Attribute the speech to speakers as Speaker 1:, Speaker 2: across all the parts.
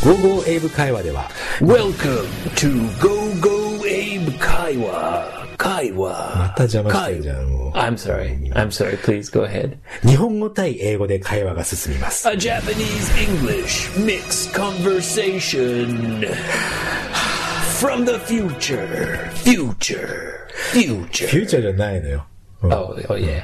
Speaker 1: GoGo 英語会話では
Speaker 2: Welcome to Go Go Abe Kaiwa. Kaiwa.
Speaker 1: また邪魔してるじゃんもう
Speaker 2: I'm sorry. I'm sorry. Please go ahead.
Speaker 1: 日本語対英語で会話が進みます
Speaker 2: A Japanese English mixed conversation from the future. Future.
Speaker 1: フュー
Speaker 2: Future.
Speaker 1: チャーじゃないのよ、うん
Speaker 2: Oh, oh yeah.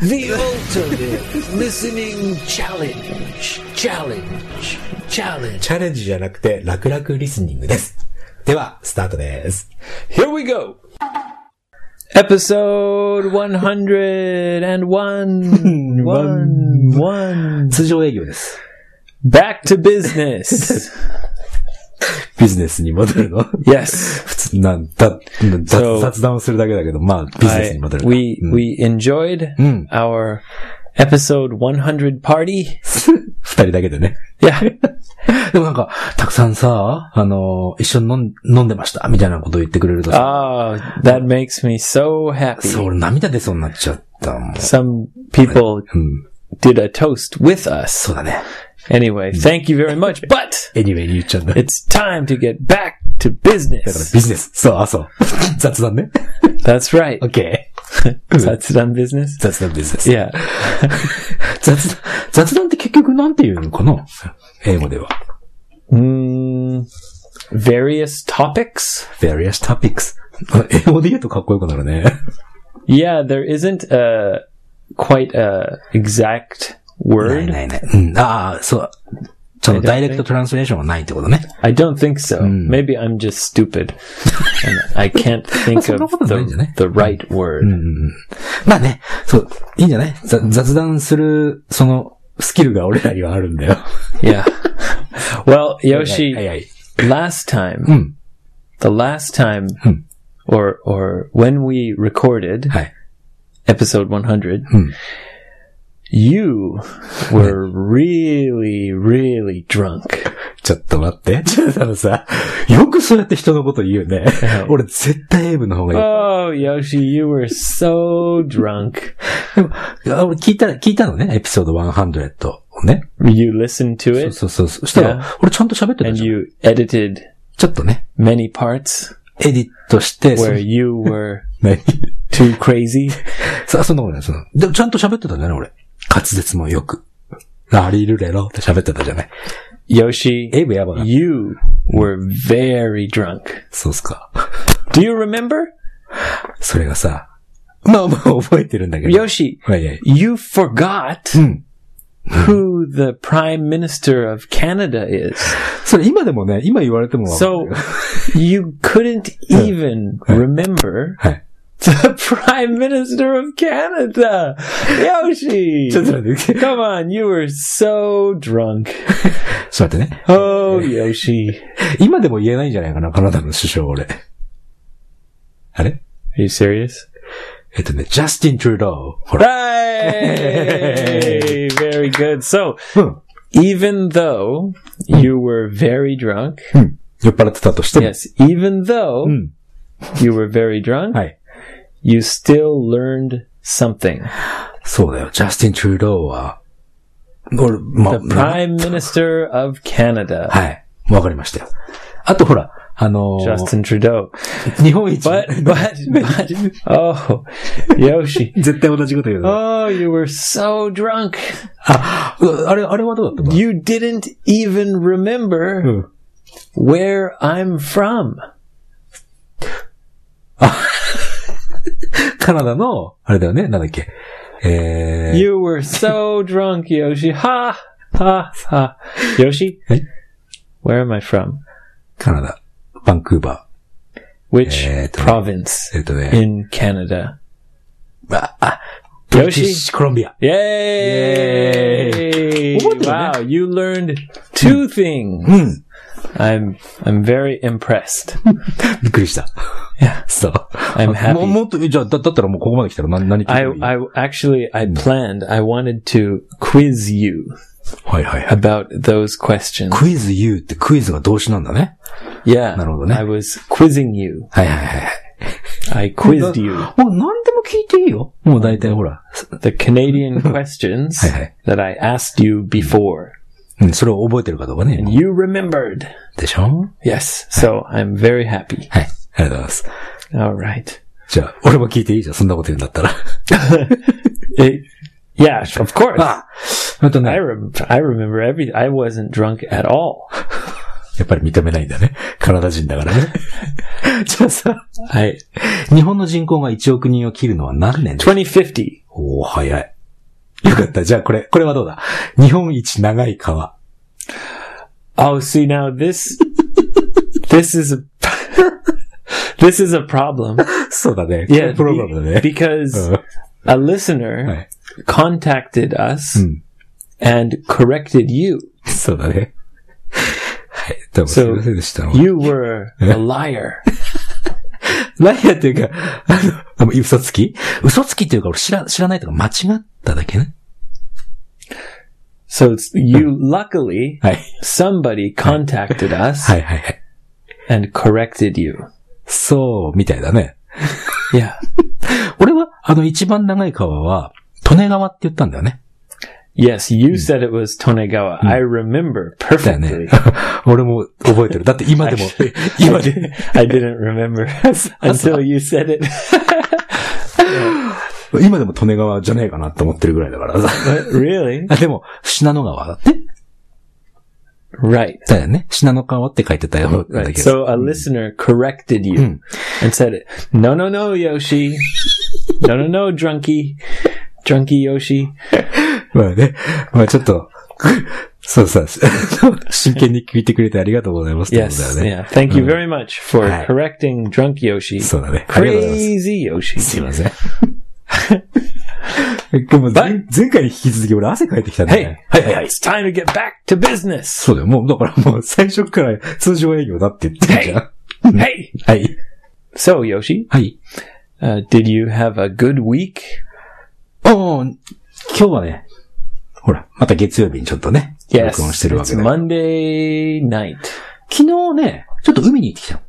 Speaker 2: The ultimate listening challenge. Challenge. Challenge.
Speaker 1: チャレンジじゃなくて楽々リスニングですではスタートです
Speaker 2: Here we go. Episode 101. one, one.
Speaker 1: 通常営業です。
Speaker 2: Back to business.
Speaker 1: ビジネスに戻 るの
Speaker 2: yes.
Speaker 1: 普通なんだ、雑
Speaker 2: So-
Speaker 1: 雑談をするだけだけど、まあ、ビジネス
Speaker 2: I-
Speaker 1: に戻る。
Speaker 2: we
Speaker 3: Hmm.
Speaker 1: うん
Speaker 2: we enjoyed
Speaker 1: Mm.
Speaker 2: our episode 100 party.
Speaker 1: 二人だけでね。
Speaker 2: Yeah.
Speaker 3: でもなんか、たくさんさ、あの、一緒に飲ん飲んでました、みたいなこと言ってくれるとさ、
Speaker 2: Oh, that makes me so happy.
Speaker 3: そう、俺涙出そうになっちゃったもん。
Speaker 2: Some people
Speaker 3: うん。
Speaker 2: did a toast with us.
Speaker 3: そうだね。
Speaker 2: Anyway, thank you very much, but
Speaker 3: anyway に言っちゃうんだ。だか
Speaker 2: it's time to get back to
Speaker 3: ら
Speaker 2: business.
Speaker 3: ビジネス。そう、あ、そう。 雑談ね。
Speaker 2: That's right.
Speaker 3: OK。
Speaker 2: That's done business.
Speaker 3: 雑談ビジネス。
Speaker 2: Yeah.
Speaker 3: 雑談、雑談って結局なんていうのかな英語では。
Speaker 2: Mm, various topics.
Speaker 3: various topics. 英語で言うとかっこよくなるね。
Speaker 2: Yeah, there isn't a quite a exact
Speaker 3: ない
Speaker 2: word.
Speaker 3: ないない。うん。ああ、そう。そのダイレクトトランスレーションはないってことね。
Speaker 2: I don't think so. Maybe I'm just stupid. and I can't think of
Speaker 3: そんなことないんじゃない？
Speaker 2: the, the right word.
Speaker 3: まあね、そう、いいんじゃないざ雑談する、その、スキルが俺らにはあるんだよ。
Speaker 2: Yeah. Well,
Speaker 3: はい
Speaker 2: Yoshi,
Speaker 3: はい。
Speaker 2: last time,
Speaker 3: うん。
Speaker 2: the last time, or, or when we recorded
Speaker 3: はい。
Speaker 2: episode 100, you were really, really drunk.
Speaker 3: ちょっと待って。ちょっとあのさ、よくそうやって人のこと言うね。俺絶対エイブの方がいい。
Speaker 2: Oh, Yoshi, you were so drunk.
Speaker 3: でもあ俺聞いた、聞いたのね、エピソード100をね。
Speaker 2: You listened to
Speaker 3: そう
Speaker 2: it
Speaker 3: そうそう。そしたら、俺ちゃんと喋ってた
Speaker 2: and
Speaker 3: じゃん。
Speaker 2: you edited
Speaker 3: ちょっとね、
Speaker 2: many parts
Speaker 3: エディットして、そ
Speaker 2: where
Speaker 3: の
Speaker 2: you were
Speaker 3: 何
Speaker 2: too crazy.
Speaker 3: そそんなことない。そのでもちゃんと喋ってたんじゃない俺。滑舌もよく。ラリルレロって喋ってたじゃない。
Speaker 2: Yoshi,
Speaker 3: エイブやばな。
Speaker 2: you were very drunk.
Speaker 3: そうっすか。
Speaker 2: Do you remember?
Speaker 3: それがさ、まあまあ覚えてるんだけど。
Speaker 2: Yoshi,
Speaker 3: はいはい。
Speaker 2: you forgot
Speaker 3: うん。
Speaker 2: who the Prime Minister of Canada is.
Speaker 3: それ今でもね、今言われてもわかんない
Speaker 2: So you couldn't even remember
Speaker 3: はい。
Speaker 2: the Prime Minister of Canada. Yoshi!
Speaker 3: ちょっと待って、
Speaker 2: Come on, you were so drunk.
Speaker 3: ちょっと待ってね。
Speaker 2: Oh, Yoshi.
Speaker 3: 今でも言えないんじゃないかな、カナダの首相、俺。あれ
Speaker 2: Are you serious?
Speaker 3: えっとね、ジャスティン・トゥルドー。ほら。
Speaker 2: Hey! Very good. So,
Speaker 3: うん。
Speaker 2: even though you were very drunk,
Speaker 3: 酔っ払ってたとしても。
Speaker 2: yes, even though
Speaker 3: うん。
Speaker 2: you were very drunk,
Speaker 3: はい。
Speaker 2: you still learned something.
Speaker 3: そうだよ、ジャスティン・トゥルドーは、俺、ま、
Speaker 2: The Prime Minister of Canada,
Speaker 3: はい。わかりましたよ。あとほら、あのー
Speaker 2: Justin Trudeau.
Speaker 3: 日本一。
Speaker 2: But, but, but, oh, Yoshi.
Speaker 3: 絶対同じこと言うの。
Speaker 2: Oh, you were so drunk.
Speaker 3: あ、うあれ、あれはどうだったの
Speaker 2: You didn't even remember
Speaker 3: Hmm.
Speaker 2: where I'm from.
Speaker 3: カナダの、あれだよね、なんだっけ。えー、
Speaker 2: You were so drunk, Yoshi. Ha! Ha! Ha! Yoshi?
Speaker 3: Hey.
Speaker 2: Where am I from?
Speaker 3: カナダ、バンクーバ
Speaker 2: Which
Speaker 3: Eh, don't-
Speaker 2: province
Speaker 3: ー。えっとね、
Speaker 2: in Canada?
Speaker 3: あ、あ、ブリティッ
Speaker 2: Yoshi?
Speaker 3: シュコロンビア。
Speaker 2: Yay!
Speaker 3: What?
Speaker 2: Wow, you learned two things.
Speaker 3: うん。
Speaker 2: I'm I'm very impressed.
Speaker 3: びっくりした。
Speaker 2: いや
Speaker 3: そう。
Speaker 2: I'm
Speaker 3: もう
Speaker 2: happy.
Speaker 3: もっと、じゃあ、だだったらもうここまで来たら何、何聞い
Speaker 2: I
Speaker 3: てもいい
Speaker 2: I actually I planned I wanted to quiz you
Speaker 3: はいはいはい。
Speaker 2: about those questions.
Speaker 3: クイズ U ってクイズが動詞なんだね。
Speaker 2: Yeah.
Speaker 3: なるほどね。
Speaker 2: I was quizzing you.
Speaker 3: はいはいはいはい。
Speaker 2: I quizzed you.
Speaker 3: もう何でも聞いていいよ。もう大体ほら。
Speaker 2: The Canadian questions
Speaker 3: Hey, hey.
Speaker 2: that I asked you before.
Speaker 3: うん、それを覚えてるかどうかね
Speaker 2: And。you remembered.
Speaker 3: でしょ
Speaker 2: Yes. So I'm very happy.
Speaker 3: はい。ありがとうございます。
Speaker 2: All right.
Speaker 3: じゃあ、俺も聞いていいじゃん。そんなこと言うんだったら。
Speaker 2: Eh, yeah, of course.
Speaker 3: ああと
Speaker 2: I
Speaker 3: ね、
Speaker 2: rem I remember every. I wasn't drunk at all.
Speaker 3: やっぱり認めないんだね。カナダ人だからね。 じゃあさ、
Speaker 2: I
Speaker 3: 日本の人口が1億人を切るのは何年で
Speaker 2: 2050.
Speaker 3: おお早い。よかった。じゃあ、これ、これはどうだ日本一長い川。
Speaker 2: Oh, see now this this is a this is a problem.
Speaker 3: そうだね。
Speaker 2: Yeah,
Speaker 3: プログラムだ
Speaker 2: be-
Speaker 3: ね。
Speaker 2: because
Speaker 3: うん
Speaker 2: a
Speaker 3: Uh-huh.
Speaker 2: listener
Speaker 3: Right.
Speaker 2: contacted us
Speaker 3: Mm.
Speaker 2: and corrected you.
Speaker 3: そうだね。はい。どうもすい
Speaker 2: So
Speaker 3: ませんでした。
Speaker 2: You were a liar.
Speaker 3: ライアーっていうか、あの、あ 嘘つき嘘つきっていうか、俺知ら、知らないとか間違っただけね。
Speaker 2: So it's, you luckily
Speaker 3: はい。
Speaker 2: somebody contacted us
Speaker 3: はいはいはい。
Speaker 2: and corrected you.
Speaker 3: そう、みたいだね。
Speaker 2: Yeah.
Speaker 3: 俺は、あの、一番長い川は、利根川って言ったんだよね。
Speaker 2: Yes, you said it was Tonegawa. I remember
Speaker 3: だよね。
Speaker 2: perfectly.
Speaker 3: 俺も覚えてる。だって今でも、 今で。
Speaker 2: I didn't remember until you said it.
Speaker 3: 今でも利根川じゃねえかなって思ってるぐらいだからさ。
Speaker 2: But really?
Speaker 3: あでも、信濃川だって。
Speaker 2: Right.
Speaker 3: だよね。信濃川って書いてたよ。なんだ
Speaker 2: Right.
Speaker 3: けど
Speaker 2: So a listener corrected you
Speaker 3: Mm.
Speaker 2: and said it. No, no, no, Yoshi. no, no, no, drunky. Drunky Yoshi.
Speaker 3: まあね。まあちょっと、そうさ、真剣に聞いてくれてありがとうございますってこと
Speaker 2: Yes.
Speaker 3: だよね。
Speaker 2: Yeah. Hmm. Thank you very much for
Speaker 3: Hi.
Speaker 2: correcting drunk Yoshi.
Speaker 3: そうだね。ありがとうございます。
Speaker 2: Crazy Yoshi.
Speaker 3: すいません。でも前前回に引き続き俺汗かいてきたんだ
Speaker 2: Hey,
Speaker 3: ね。
Speaker 2: hey, hey, it's time to get back to business.
Speaker 3: そうだよ。もう、だからもう最初から通常営業だって言ってるじゃん。
Speaker 2: Hey.
Speaker 3: はい。
Speaker 2: So Yoshi,
Speaker 3: はい。
Speaker 2: uh, did you have a good week?
Speaker 3: おー、今日はね、ほら、また月曜日にちょっとね、
Speaker 2: Yes.
Speaker 3: 録音してるわ
Speaker 2: It's
Speaker 3: けだよ。
Speaker 2: Monday night.
Speaker 3: 昨日ね、ちょっと海に行ってきたの。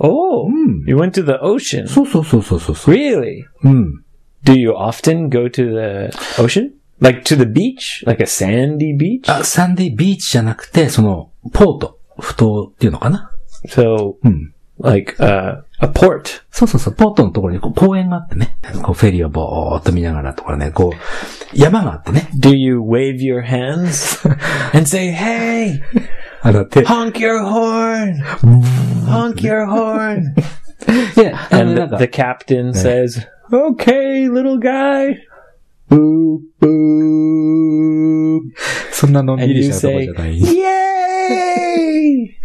Speaker 2: Oh,
Speaker 3: Mm.
Speaker 2: you went to the ocean.
Speaker 3: そうそうそうそうそうそう。
Speaker 2: Really?
Speaker 3: うん。
Speaker 2: Do you often go to the ocean? Like to the beach? Like a sandy beach?
Speaker 3: あ、サンデービーチじゃなくて、その、ポート、不島っていうのかな
Speaker 2: So,
Speaker 3: Hmm.
Speaker 2: like uh, a port.
Speaker 3: そうそうそう、ポートのところにこう公園があってね、こうフェリーをぼーっと見ながらとかね、こう、山があってね、
Speaker 2: Do you wave your hands and say, hey,
Speaker 3: あの、て、
Speaker 2: honk your horn? Honk your horn.
Speaker 3: いや、あの、
Speaker 2: And
Speaker 3: なん
Speaker 2: the,
Speaker 3: か
Speaker 2: the、captain says, okay, little guy. Boop, boop.
Speaker 3: そんなのんび
Speaker 2: And
Speaker 3: り
Speaker 2: you
Speaker 3: したとこ
Speaker 2: say,
Speaker 3: じゃない。
Speaker 2: yay!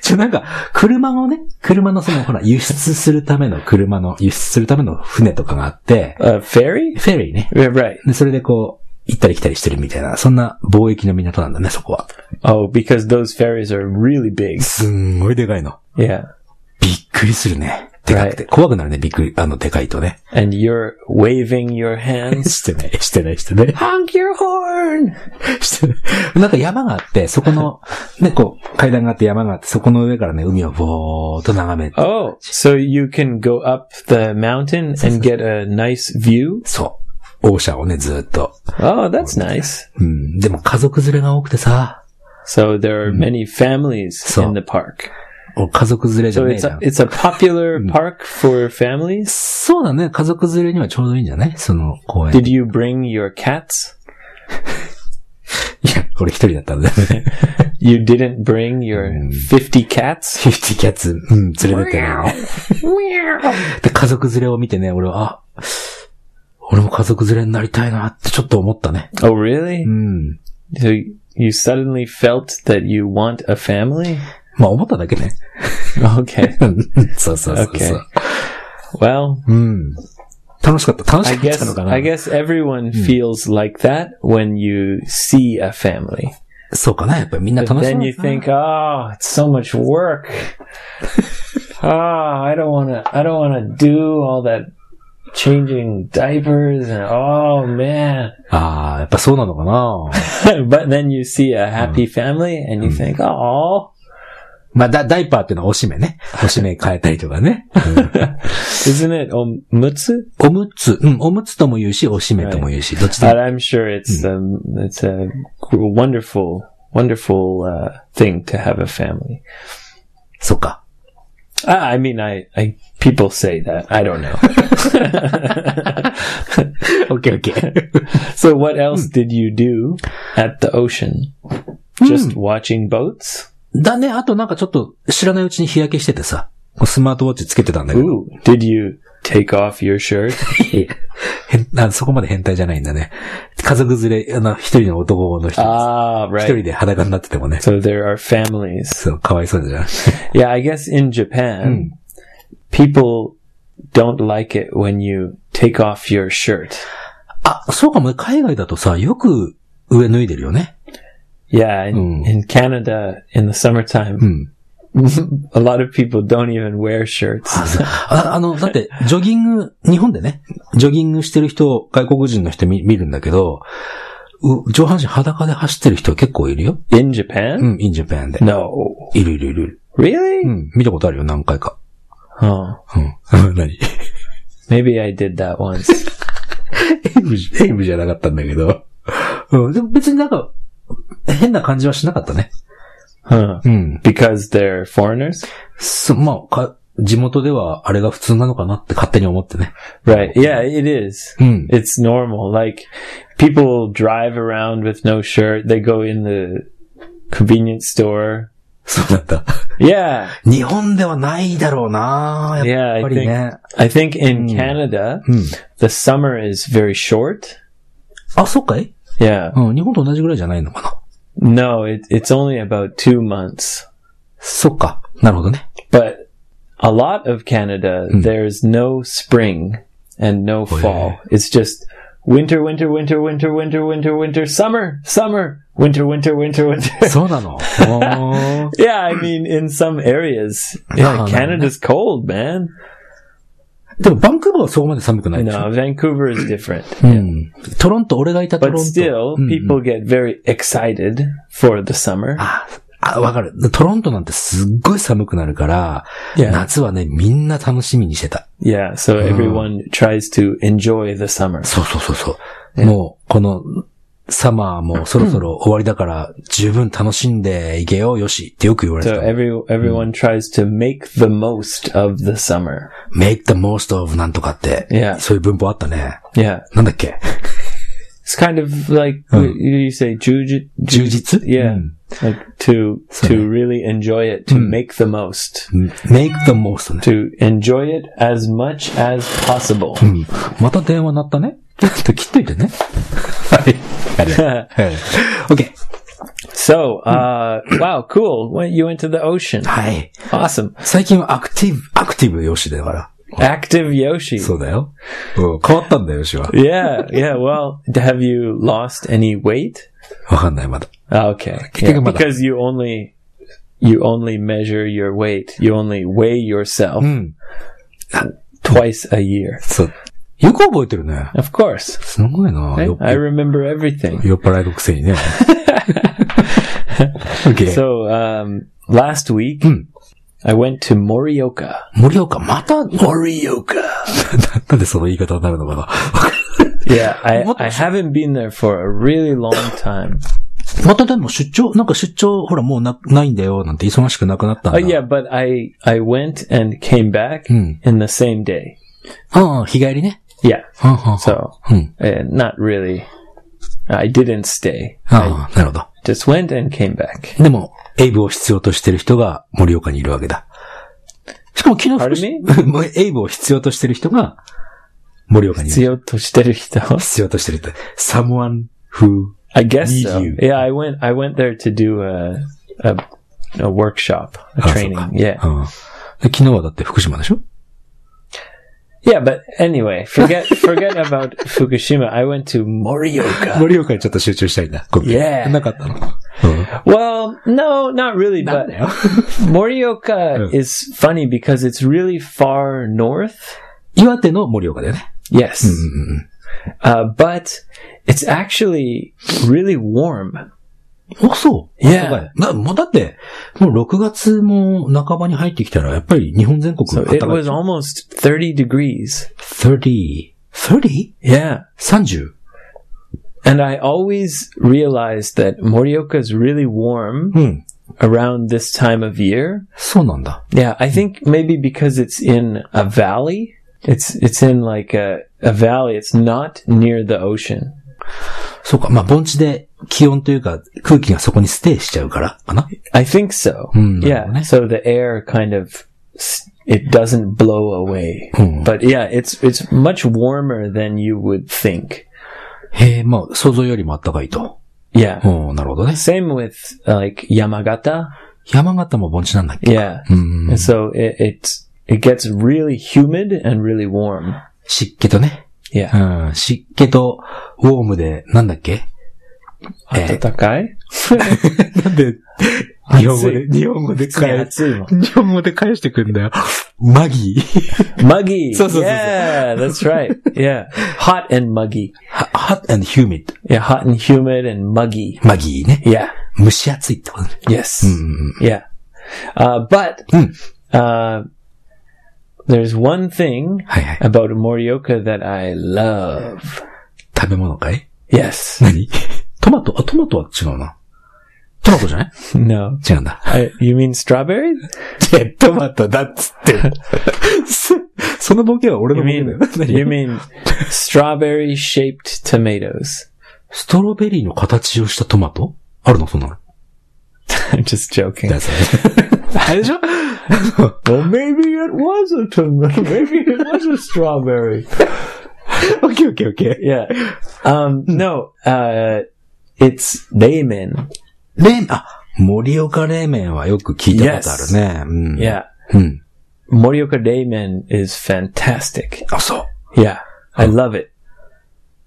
Speaker 3: じゃ、なんか、車をね、車のその、ほら、輸出するための車の、輸出するための船とかがあって、
Speaker 2: A ferry?
Speaker 3: フェリーね。
Speaker 2: Yeah, Right.
Speaker 3: で、それでこう、行ったり来たりしてるみたいな、そんな貿易の港なんだね、そこは。
Speaker 2: Oh, because those ferries are really big.
Speaker 3: すんごいでかいの。
Speaker 2: Yeah.
Speaker 3: びっくりするね。でかくて。怖くなるね、びっくり、あの、でかいとね。
Speaker 2: And you're waving your hands.
Speaker 3: してない、してない、してない。
Speaker 2: Honk your horn!
Speaker 3: してるなんか山があって、そこ の、ね、こう、階段があって山があって、そこの上からね、海をぼーっと眺めて。
Speaker 2: Oh, so you can go up the mountain and get a nice view?
Speaker 3: そう。オーシャンをね、ずーっと。
Speaker 2: Oh, that's nice.
Speaker 3: うん。でも家族連れが多くてさ、
Speaker 2: So there are many families
Speaker 3: So-
Speaker 2: in the park.
Speaker 3: 俺家族連れじゃ
Speaker 2: So
Speaker 3: ねえ
Speaker 2: it's
Speaker 3: じゃ
Speaker 2: a,
Speaker 3: ん。
Speaker 2: it's a popular park for families.
Speaker 3: そうだね、家族連れにはちょうどいいんじゃないその公園。
Speaker 2: Did you bring your cats?
Speaker 3: いや、俺一人だったんだよね。
Speaker 2: You didn't bring your 50 cats?
Speaker 3: フィフティキャッツ、うん、連れてってね。で、家族連れを見てね、俺は、あ、俺も家族連れになりたいなってちょっと思ったね。
Speaker 2: Oh, really?
Speaker 3: うん。
Speaker 2: So you suddenly felt that you want a family?
Speaker 3: まあ思っただけね。
Speaker 2: Okay.
Speaker 3: そうそうそうそう
Speaker 2: Okay.。Well,
Speaker 3: うん。楽しかった。楽し
Speaker 2: I
Speaker 3: かった
Speaker 2: guess
Speaker 3: のかな
Speaker 2: I guess everyone feels like that when you see a family.
Speaker 3: そうかなやっぱりみんな
Speaker 2: But
Speaker 3: 楽しそう
Speaker 2: then
Speaker 3: だ
Speaker 2: you
Speaker 3: な。
Speaker 2: think, "Oh, it's so much work. Ah, I don't want to I don't want to do all that changing diapers and oh man."
Speaker 3: ああ、やっぱそうなのかな
Speaker 2: but then you see a happy family and you think, "Oh,
Speaker 3: まあ、だ、ダイパーっていうのはおしめ ね。おしめ変えたりとかね。
Speaker 2: isn't it omutsu?"
Speaker 3: おむつ、うん、おむつとも言うし、おしめとも言うし、どっちでも。
Speaker 2: But I'm sure it's um, it's a wonderful, wonderful uh, thing to have a family.
Speaker 3: そっか。
Speaker 2: Uh, I, I mean, I, I people say that. I don't know.
Speaker 3: オッケーオッケー。
Speaker 2: so, what else did you do at the ocean? Just watching boats?
Speaker 3: だね、あとなんかちょっと知らないうちに日焼けしててさ、スマートウォッチつけてたんだけど、
Speaker 2: Ooh, did you take off your shirt?
Speaker 3: 変 あそこまで変態じゃないんだね。家族連れ、あの、一人の男の人です、
Speaker 2: ah,
Speaker 3: 一
Speaker 2: right.
Speaker 3: 人で裸になっててもね、
Speaker 2: So there are families.
Speaker 3: そう、かわいそうじゃん。
Speaker 2: Yeah, I guess in Japan, people don't like it when you take off your shirt.
Speaker 3: あ、そうかもね、海外だとさ、よく上脱いでるよね。
Speaker 2: Yeah, in, in Canada in the summertime, a lot of people don't even wear shirts.
Speaker 3: ああの、だって、ジョギング、日本でね、ジョギングしてる人、外国人の人見見るんだけど、う上半身裸で走ってる人結構いるよ。
Speaker 2: In Japan?
Speaker 3: うん、インジャパンで。
Speaker 2: No.
Speaker 3: いるいるいるいる。
Speaker 2: Really?
Speaker 3: うん、見たことあるよ、何回か。
Speaker 2: Oh,
Speaker 3: うん。 何
Speaker 2: maybe I did that once.
Speaker 3: エイブじ、エイブじゃなかったんだけど。うん、でも別になんか、変な感じはしなかったね。
Speaker 2: huh.
Speaker 3: うん。
Speaker 2: Because they're foreigners?
Speaker 3: す、まあ、か、地元ではあれが普通なのかなって勝手に思ってね。
Speaker 2: Right. Yeah, it is.
Speaker 3: うん。
Speaker 2: It's normal. Like people drive around with no shirt. They go in the convenience store.
Speaker 3: そうだった。
Speaker 2: Yeah.
Speaker 3: 日本ではないだろうなや
Speaker 2: Yeah,
Speaker 3: っぱ
Speaker 2: I
Speaker 3: り
Speaker 2: think
Speaker 3: ね。
Speaker 2: I think in Canada the summer is very short.
Speaker 3: あ、そっかい
Speaker 2: Yeah.
Speaker 3: うん、日本と同じぐらいじゃないのかな。
Speaker 2: No, it, it's only about 2 months.
Speaker 3: そっか。なるほどね。
Speaker 2: But a lot of Canada
Speaker 3: Hmm.
Speaker 2: there's no spring and
Speaker 3: Oh,
Speaker 2: no fall. It's just winter winter winter winter winter winter winter summer summer winter winter winter winter.
Speaker 3: そうなの。おー
Speaker 2: Yeah, I mean, in some areas, yeah,
Speaker 3: no, no.
Speaker 2: Canada's cold, man.
Speaker 3: でも、バンクーバーはそこまで寒くないでしょ。
Speaker 2: No, Vancouver is different.
Speaker 3: うん。トロント、俺がいたト
Speaker 2: But
Speaker 3: ロント
Speaker 2: still,。people get very excited for the summer.
Speaker 3: あ、あわかる。トロントなんてすっごい寒くなるから、
Speaker 2: Yeah.
Speaker 3: 夏はね、みんな楽しみにしてた。
Speaker 2: Yeah,
Speaker 3: Ah.
Speaker 2: so everyone tries to enjoy the summer.
Speaker 3: そうそうそうそう。もう、この、サマーもそろそろ終わりだから、十分楽しんでいけよ、よしってよく言われて
Speaker 2: So
Speaker 3: た。
Speaker 2: every everyone tries to make the most of the summer.
Speaker 3: make the most of なんとかって、
Speaker 2: Yeah.
Speaker 3: そういう文法あったね。
Speaker 2: Yeah,
Speaker 3: なんだっけ
Speaker 2: it's kind of like you say, juju,
Speaker 3: 充実う
Speaker 2: yeah,
Speaker 3: ん
Speaker 2: like to to really enjoy it, to make the most,
Speaker 3: Hmm. make the most ね。
Speaker 2: to enjoy it as much as possible.
Speaker 3: うんまた電話鳴ったね。ちょっと切っといてね。はい。ありがとう。はい OK。
Speaker 2: So, uh, wow, cool. Went, you went to the ocean.
Speaker 3: はい。
Speaker 2: Awesome.
Speaker 3: 最近はアクティブ、アクティブよしだから。
Speaker 2: Active Yoshi.
Speaker 3: そうだよ。うん変わったんだよ、よしは。
Speaker 2: Yeah, yeah. Well, d- have you lost any weight?
Speaker 3: わかんない、まだ。
Speaker 2: Ah, Okay.
Speaker 3: Think
Speaker 2: Yeah,
Speaker 3: about that.
Speaker 2: because you only you only measure your weight. You only weigh yourself
Speaker 3: ん
Speaker 2: twice a year.
Speaker 3: そう。よく覚えてるね。
Speaker 2: Of course.
Speaker 3: すごいな。よ
Speaker 2: I remember everything.
Speaker 3: 酔っ払いのくせ にね。OK。
Speaker 2: So, um, last week
Speaker 3: Hmm.
Speaker 2: I went to Morioka.
Speaker 3: 盛岡、また盛岡 なんでその言い方になるのかな
Speaker 2: Yeah, I,
Speaker 3: What
Speaker 2: I haven't been there for a really long time.
Speaker 3: またでも出張、なんか出張、ほらもうな、ないんだよ、なんて忙しくなくなったん
Speaker 2: Oh
Speaker 3: だ。
Speaker 2: yeah, but I I went and came back
Speaker 3: Hmm.
Speaker 2: in the same day.
Speaker 3: うん、日帰りね。
Speaker 2: Yeah,
Speaker 3: うん、うん。
Speaker 2: so
Speaker 3: Hmm.
Speaker 2: uh, not really. I didn't stay.
Speaker 3: ああ、なるほど。
Speaker 2: Just went and came back.
Speaker 3: でも、エイブを必要としてる人が盛岡にいるわけだ。しかも昨日
Speaker 2: Pardon
Speaker 3: 福島 もうエイブを必要としてる人が盛岡にいる。
Speaker 2: 必要としてる人。
Speaker 3: 必要としてるって。someone who,
Speaker 2: I guess
Speaker 3: Need
Speaker 2: so.
Speaker 3: you.
Speaker 2: Yeah, I went. I went there to do a a, a workshop, a
Speaker 3: あ
Speaker 2: training.
Speaker 3: そうか
Speaker 2: Yeah,
Speaker 3: うんで昨日はだって福島でしょ
Speaker 2: yeah. But anyway, forget forget about Fukushima. I went to Morioka.
Speaker 3: 盛岡にちょっと集中したいんだ。ごめん
Speaker 2: Yeah.
Speaker 3: なかったの。
Speaker 2: Well, no, not Oh. really. But
Speaker 3: よ。
Speaker 2: Morioka is funny because it's really far north.
Speaker 3: 岩手の盛岡だよね。
Speaker 2: Yes. Uh, but it's actually really warm.
Speaker 3: あ、そう。
Speaker 2: Yeah.
Speaker 3: そうかいなもうだって、もう6月も半ばに入ってきたら、やっぱり日本全国
Speaker 2: So
Speaker 3: 働
Speaker 2: it
Speaker 3: く
Speaker 2: was almost 30 degrees.
Speaker 3: 30、30?30?
Speaker 2: Yeah.
Speaker 3: 30?
Speaker 2: And I always realized that Morioka is really warm
Speaker 3: うん。
Speaker 2: around this time of year.
Speaker 3: そうなんだ。
Speaker 2: Yeah, I think maybe because it's in a valley. It's it's in like a, a valley. It's not near the ocean.
Speaker 3: そうか。まあ、盆地で気温というか空気がそこにステイしちゃうからかな。
Speaker 2: I think so.
Speaker 3: Hmm,
Speaker 2: yeah.
Speaker 3: okay.
Speaker 2: So the air kind of s- it doesn't blow away.
Speaker 3: Hmm.
Speaker 2: But yeah, it's it's much warmer than you would think.
Speaker 3: へえ、まあ、想像よりも暖かいと。
Speaker 2: Yeah.
Speaker 3: うん、なるほどね。
Speaker 2: Same with like Yamagata.
Speaker 3: 山形も盆地なんだっけ
Speaker 2: Yeah.
Speaker 3: うーん。
Speaker 2: And so it it's, it gets really humid and really warm.
Speaker 3: 湿気とね。う
Speaker 2: Yeah.
Speaker 3: ん、湿気とウォームで、なんだっけ
Speaker 2: Eh.
Speaker 3: え
Speaker 2: Atatakai?
Speaker 3: なんで、日本語で、日本語で返す。日本語で返してくんだよ。マギー。
Speaker 2: Muggy.
Speaker 3: So, so, so, so.
Speaker 2: yeah, that's right. Yeah. Hot and muggy.
Speaker 3: hot and humid.
Speaker 2: Yeah, hot and humid and muggy.
Speaker 3: マギーね。
Speaker 2: Yeah.
Speaker 3: 蒸し暑いってことね。
Speaker 2: Yes.
Speaker 3: うん。
Speaker 2: Yeah. Uh, but
Speaker 3: Hmm.
Speaker 2: uh, there's one thing
Speaker 3: はいはい。
Speaker 2: about Morioka that I love.
Speaker 3: 食べ物かい
Speaker 2: Yes.
Speaker 3: 何トマトあ、トマトは違うな。トマトじゃない
Speaker 2: No.
Speaker 3: 違うんだ。
Speaker 2: I, you mean strawberries?
Speaker 3: え、トマトだっつって。 そそのボケは俺
Speaker 2: You
Speaker 3: のボケだよ。
Speaker 2: mean
Speaker 3: 何
Speaker 2: you mean strawberry shaped tomatoes?
Speaker 3: ストロベリーの形をしたトマトあるのそんなの。
Speaker 2: I'm just joking.
Speaker 3: だそ れあれでしょ
Speaker 2: Well, maybe it was a tomato. Maybe it was a strawberry.
Speaker 3: オッケーオッケーオッケ
Speaker 2: Yeah. Um, no, uh, it's Damon.
Speaker 3: ー。冷麺、あ、盛岡冷麺はよく聞いたことあるね。うん。
Speaker 2: Yeah.
Speaker 3: うん。
Speaker 2: Morioka Damon is fantastic.
Speaker 3: あ、そう。
Speaker 2: Yeah. I love it.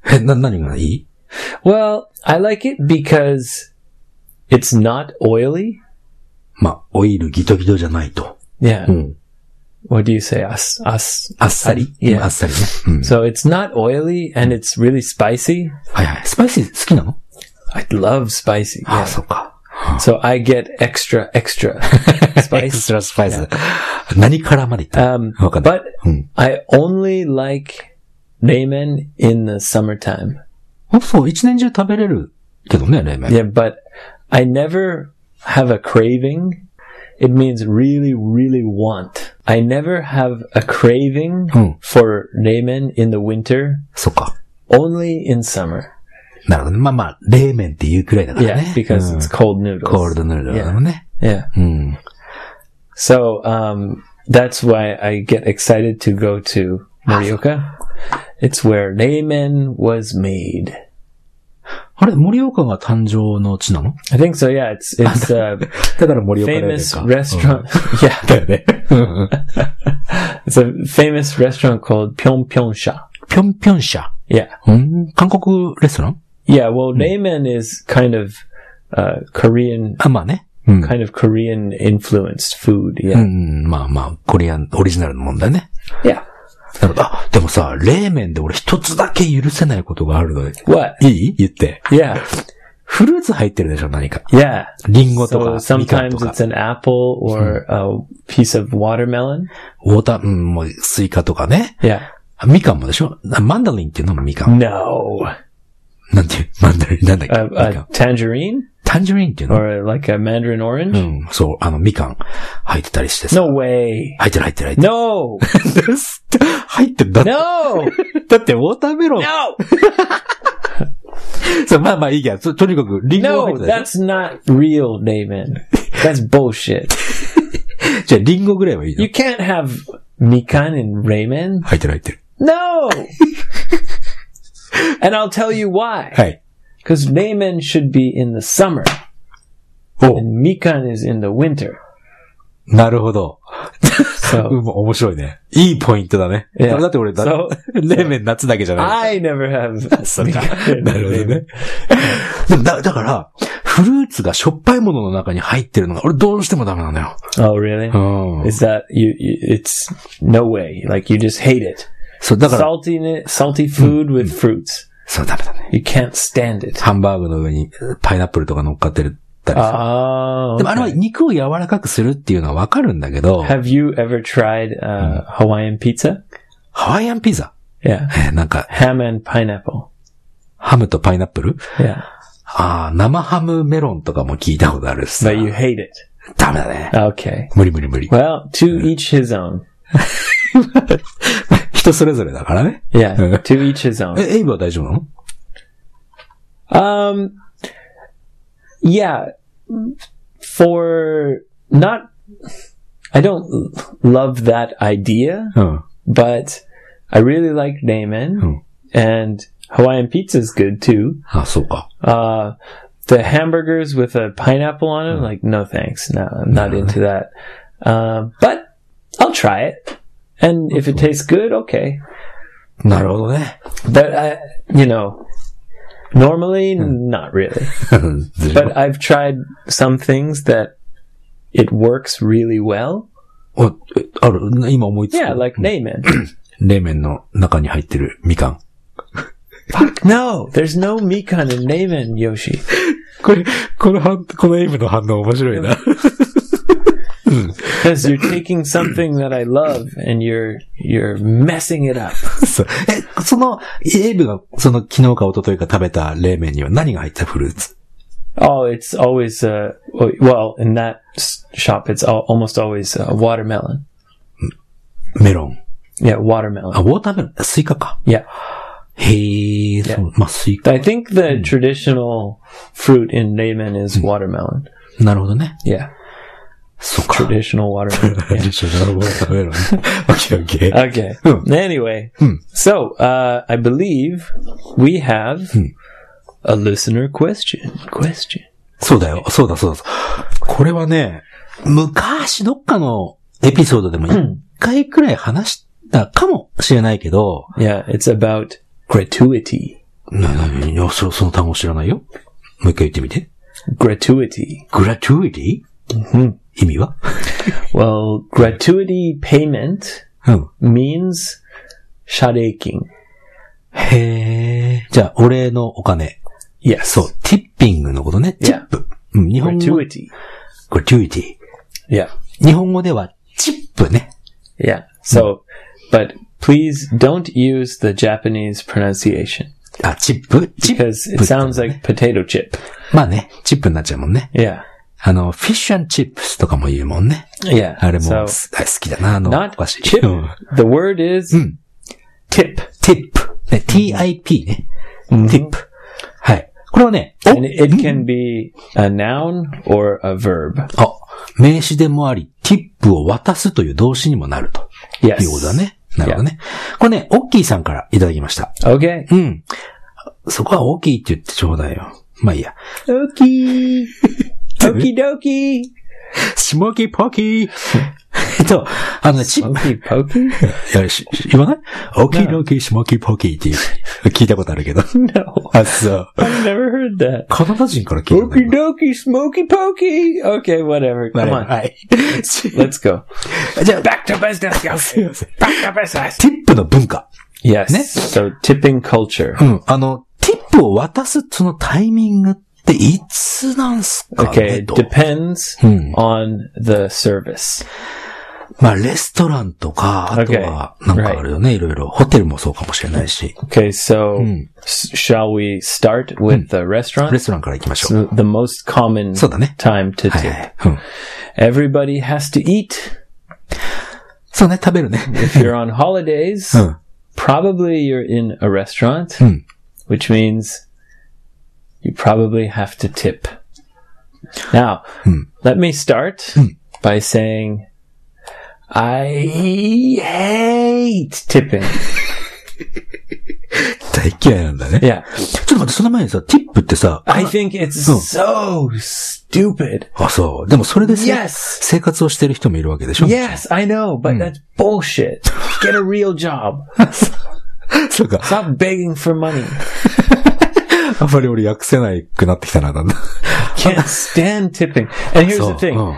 Speaker 3: え、な、何がいい
Speaker 2: Well, I like it because it's not oily.
Speaker 3: まあ、オイルギトギトじゃないと。
Speaker 2: Yeah.
Speaker 3: うん。
Speaker 2: What do you say? Us, us.
Speaker 3: あっさり
Speaker 2: いや
Speaker 3: あっさりね。うん。
Speaker 2: So it's not oily and it's really spicy.
Speaker 3: はいはい。スパイシー好きなの
Speaker 2: I love spicy.
Speaker 3: あ、
Speaker 2: Yeah.
Speaker 3: そうか。
Speaker 2: So I get extra, extra
Speaker 3: エ ク
Speaker 2: spice.
Speaker 3: ストラスパイス。何からまでいったの
Speaker 2: Um,
Speaker 3: わかんない。
Speaker 2: but
Speaker 3: うん。
Speaker 2: I only like ramen in the summertime.
Speaker 3: あ、そう、一年中食べれるけどね、冷麺。
Speaker 2: Yeah, but I never have a craving. It means really, really want. I never have a craving
Speaker 3: Hmm.
Speaker 2: for ramen in the winter,
Speaker 3: そっか。
Speaker 2: only in summer.
Speaker 3: なるほどね。まあまあ、冷麺っていうくらいだから
Speaker 2: Yeah,
Speaker 3: ね。
Speaker 2: because
Speaker 3: うん
Speaker 2: it's cold noodles.
Speaker 3: コールドヌードルだもんね。
Speaker 2: Yeah.
Speaker 3: うん。
Speaker 2: Hmm. So um, that's why I get excited to go to Morioka. It's where ramen was made.
Speaker 3: あれ、盛岡が誕生の地なの
Speaker 2: I think so. Yeah, it's it's a
Speaker 3: だから盛岡冷麺
Speaker 2: famous
Speaker 3: か。
Speaker 2: restaurant. Yeah,
Speaker 3: だよね。うんうん
Speaker 2: it's a famous restaurant called Pyeongpyeongsha.
Speaker 3: ぴょんぴょん社。
Speaker 2: Yeah,
Speaker 3: うん。韓国レストラン
Speaker 2: yeah. Well, ramen is kind of uh, Korean,
Speaker 3: あ、まあね。うん。
Speaker 2: kind of Korean influenced food.
Speaker 3: う
Speaker 2: Yeah,
Speaker 3: ん、まあまあ、コリアン、オリジナルのもんだよね。
Speaker 2: yeah.
Speaker 3: なるほど。あ、でもさ、冷麺で俺一つだけ許せないことがあるので。
Speaker 2: What?
Speaker 3: いい言って。
Speaker 2: Yeah,
Speaker 3: フルーツ入ってるでしょ、何か。
Speaker 2: yeah.
Speaker 3: リンゴと
Speaker 2: So
Speaker 3: か、みかんと
Speaker 2: sometimes
Speaker 3: か
Speaker 2: it's、an apple or a piece of watermelon.
Speaker 3: ウォーター、うん、もうスイカとかね。
Speaker 2: Yeah.
Speaker 3: あみかんもでしょなマンダリンっていうのもみかん。
Speaker 2: No.
Speaker 3: なんていう、 マンダリン、なんだっ
Speaker 2: A,
Speaker 3: けみか
Speaker 2: a
Speaker 3: ん。
Speaker 2: tangerine
Speaker 3: タンジュリンっていうの
Speaker 2: or like a mandarin orange?
Speaker 3: うん、そう、あの、みかん入ってたりしてさ。
Speaker 2: No way.
Speaker 3: 入ってる入ってる入ってる。
Speaker 2: No.
Speaker 3: 入ってる。だって、
Speaker 2: No.
Speaker 3: だってウォーターメロン。
Speaker 2: No.
Speaker 3: そうまあまあいいや。ととにかく、リンゴが入
Speaker 2: No,
Speaker 3: ってたでし
Speaker 2: that's not real, Damon. That's
Speaker 3: ょ
Speaker 2: bullshit.
Speaker 3: じゃあ、リンゴぐらいはいいの
Speaker 2: You can't have mikan and ramen.
Speaker 3: 入ってる入ってる。
Speaker 2: No. and I'll tell you why.
Speaker 3: はい。
Speaker 2: Because ramen should be in the summer
Speaker 3: おう
Speaker 2: and mikan is in the winter.
Speaker 3: なるほど。う
Speaker 2: So
Speaker 3: ん、面白いね。いいポイントだね。
Speaker 2: いや
Speaker 3: だって俺、だ、
Speaker 2: そう
Speaker 3: 冷麺夏だけじゃない。
Speaker 2: I never have
Speaker 3: そうか
Speaker 2: mikan。and
Speaker 3: なるほど
Speaker 2: ramen.
Speaker 3: ね。 でもだ、だから、フルーツがしょっぱいものの中に入ってるのが、俺どうしてもダメなんだよ。
Speaker 2: Oh, really?
Speaker 3: うん。
Speaker 2: Is that you, you? It's no way. Like you just hate it.
Speaker 3: そう、だから、
Speaker 2: Salty, salty food with fruits.
Speaker 3: そう、ダメだね。
Speaker 2: You can't stand it.
Speaker 3: ハンバーグの上にパイナップルとか乗っかってるったりさ
Speaker 2: Oh.
Speaker 3: でもあれは肉を柔らかくするっていうのはわかるんだけど、
Speaker 2: Have you ever tried uh, Hawaiian pizza?
Speaker 3: ハワイアンピザ。え
Speaker 2: Yeah,
Speaker 3: ーなんか、
Speaker 2: ham and pineapple.
Speaker 3: はハムとパイナップル
Speaker 2: Yeah.
Speaker 3: ああ、生ハムメロンとかも聞いたことあるっす
Speaker 2: But you hate it.
Speaker 3: ダメだね。
Speaker 2: Okay.
Speaker 3: 無理無理無理。
Speaker 2: Well, to each his own.
Speaker 3: 人それぞれだからね。
Speaker 2: Yeah. To each his own.
Speaker 3: え、エイブは大丈夫なの
Speaker 2: Um, yeah, for not, I don't love that idea,
Speaker 3: うん。
Speaker 2: but I really like ramen,
Speaker 3: Hmm.
Speaker 2: and Hawaiian pizza's good too.
Speaker 3: あ、そうか。
Speaker 2: Uh, the hamburgers with a pineapple on it, like no thanks, no, I'm not into that. Uh, but I'll try it, and if it tastes good, okay.
Speaker 3: なるほど ね。
Speaker 2: But I, you know, normally not really.
Speaker 3: で
Speaker 2: but I've tried some things that it works really well. hmm.
Speaker 3: おえある今思いつく。
Speaker 2: Yeah, like Naaman.
Speaker 3: 冷麺の中に入ってるみかん。
Speaker 2: no, there's no Mikan in Naaman, Yoshi.
Speaker 3: これ、この反、このエイブの反応面白いな。
Speaker 2: Because you're taking something that I love and you're you're messing it up.
Speaker 3: そうえ、その、エイブが、その昨日か一昨日か食べた冷麺には何が入ったフルーツ
Speaker 2: Oh, it's always uh well in that s- shop it's al- almost always uh, watermelon.
Speaker 3: メロン。
Speaker 2: Yeah,
Speaker 3: あ、ウ
Speaker 2: watermelon.
Speaker 3: ォーターメロン、スイカか。
Speaker 2: Yeah,
Speaker 3: へえ、そう、まあ、スイカ。
Speaker 2: I think the traditional fruit in Naaman is watermelon.
Speaker 3: なるほどね。
Speaker 2: Yeah,
Speaker 3: そう か。
Speaker 2: traditional watermelon.
Speaker 3: でしょウォーター メロン。オッケーオッケー。
Speaker 2: Okay.
Speaker 3: Hmm.
Speaker 2: Anyway, so uh, I believe we have a listener question. Question.
Speaker 3: そうだよ。そうだそうだそう。これはね、昔どっかのエピソードでも一回くらい話したかもしれないけど、
Speaker 2: Yeah, it's about gratuity.
Speaker 3: な、な、いや、そ、その単語知らないよ。もう一回言ってみて。
Speaker 2: Gratuity.
Speaker 3: グラチュイティ
Speaker 2: Hmm.
Speaker 3: 意味は
Speaker 2: Well, gratuity payment
Speaker 3: うん。
Speaker 2: means shareking.
Speaker 3: へえ。じゃあ、お礼のお金。
Speaker 2: Yes.
Speaker 3: そう、ティッピングのことね。
Speaker 2: Yeah.
Speaker 3: チップ。うん、日本語。
Speaker 2: gratuity.
Speaker 3: グラチュイティ。
Speaker 2: Yeah.
Speaker 3: 日本語では、チップね。
Speaker 2: Yeah. So, but please don't use the Japanese pronunciation
Speaker 3: あ、チップチップ。
Speaker 2: because it sounds like potato chip.
Speaker 3: まあね、チップになっちゃうもんね。
Speaker 2: Yeah.
Speaker 3: あの、フィッシュチップスとかも言うもんね。
Speaker 2: Yeah.
Speaker 3: あれも、
Speaker 2: So,
Speaker 3: す大好きだな、あの、
Speaker 2: not
Speaker 3: お菓子
Speaker 2: chip.
Speaker 3: うん
Speaker 2: The word is tip.
Speaker 3: ティップ。ね、tip ね。
Speaker 2: Hmm.
Speaker 3: ティップ。はい。これはね、お
Speaker 2: And it can be a noun or a verb.
Speaker 3: あ、名詞でもあり、ティップを渡すという動詞にもなると。
Speaker 2: Yes.
Speaker 3: いうことだね。なるほどね。これね、オッキーさんからいただきました。
Speaker 2: Okay.
Speaker 3: うん。そこはオッキーって言ってちょうだいよ。まあいいや。
Speaker 2: Okie. Okie dokie.
Speaker 3: スモーキーポーキー えっと、あのね、チップ
Speaker 2: Okie pokey?
Speaker 3: いや、し言わないオッキードッキー、スモーキーポーキーっていう 聞いたことあるけど。
Speaker 2: No.
Speaker 3: あ、 そう。
Speaker 2: I've never heard that.
Speaker 3: カナダ人から聞いたんだけ
Speaker 2: Okie
Speaker 3: ど
Speaker 2: dokie, smoky pokey. Okay, whatever.
Speaker 3: まあ
Speaker 2: Come
Speaker 3: ね
Speaker 2: on.
Speaker 3: はい
Speaker 2: Let's go.
Speaker 3: じゃあ、
Speaker 2: Back to business, guys.
Speaker 3: せん
Speaker 2: Back to business.
Speaker 3: ティップの文化。Ne?
Speaker 2: Yes. So tipping culture.
Speaker 3: うん。あの、ティップを渡すそのタイミングっていつなんすかね
Speaker 2: Okay,
Speaker 3: と
Speaker 2: depends
Speaker 3: Hmm.
Speaker 2: on the service.
Speaker 3: まあ、レストランとか、あとは、
Speaker 2: Okay.
Speaker 3: なんかあるよね、いろいろ。ホテルもそうかもしれないし。
Speaker 2: Okay, so s- shall we start with the
Speaker 3: レ
Speaker 2: restaurant?
Speaker 3: ストランから行きましょう。
Speaker 2: So the most common
Speaker 3: そうだね。
Speaker 2: time to
Speaker 3: はいはい。う
Speaker 2: tip.
Speaker 3: ん。
Speaker 2: Everybody has to eat.
Speaker 3: そうね、食べる ね。
Speaker 2: If you're on holidays,
Speaker 3: うん。
Speaker 2: probably you're in a restaurant,
Speaker 3: Hmm.
Speaker 2: which means you probably have to tip. Now,
Speaker 3: Hmm.
Speaker 2: let me start by saying I hate tipping.
Speaker 3: 大嫌いなんだね。
Speaker 2: Yeah.
Speaker 3: ちょっと待って、その前にさ、ティップってさ、
Speaker 2: I think it's
Speaker 3: Hmm.
Speaker 2: so stupid.
Speaker 3: あ、そう。でもそれでせ
Speaker 2: Yes.
Speaker 3: 生活をしてる人もいるわけでしょ
Speaker 2: Yes, I know,
Speaker 3: Hmm.
Speaker 2: but that's bullshit. Get a real job.
Speaker 3: そう か。
Speaker 2: Stop begging for money.
Speaker 3: あんまり俺訳せないくなってきたな、だんだん。
Speaker 2: Can't stand tipping. And here's
Speaker 3: そう
Speaker 2: the thing.
Speaker 3: うんうん。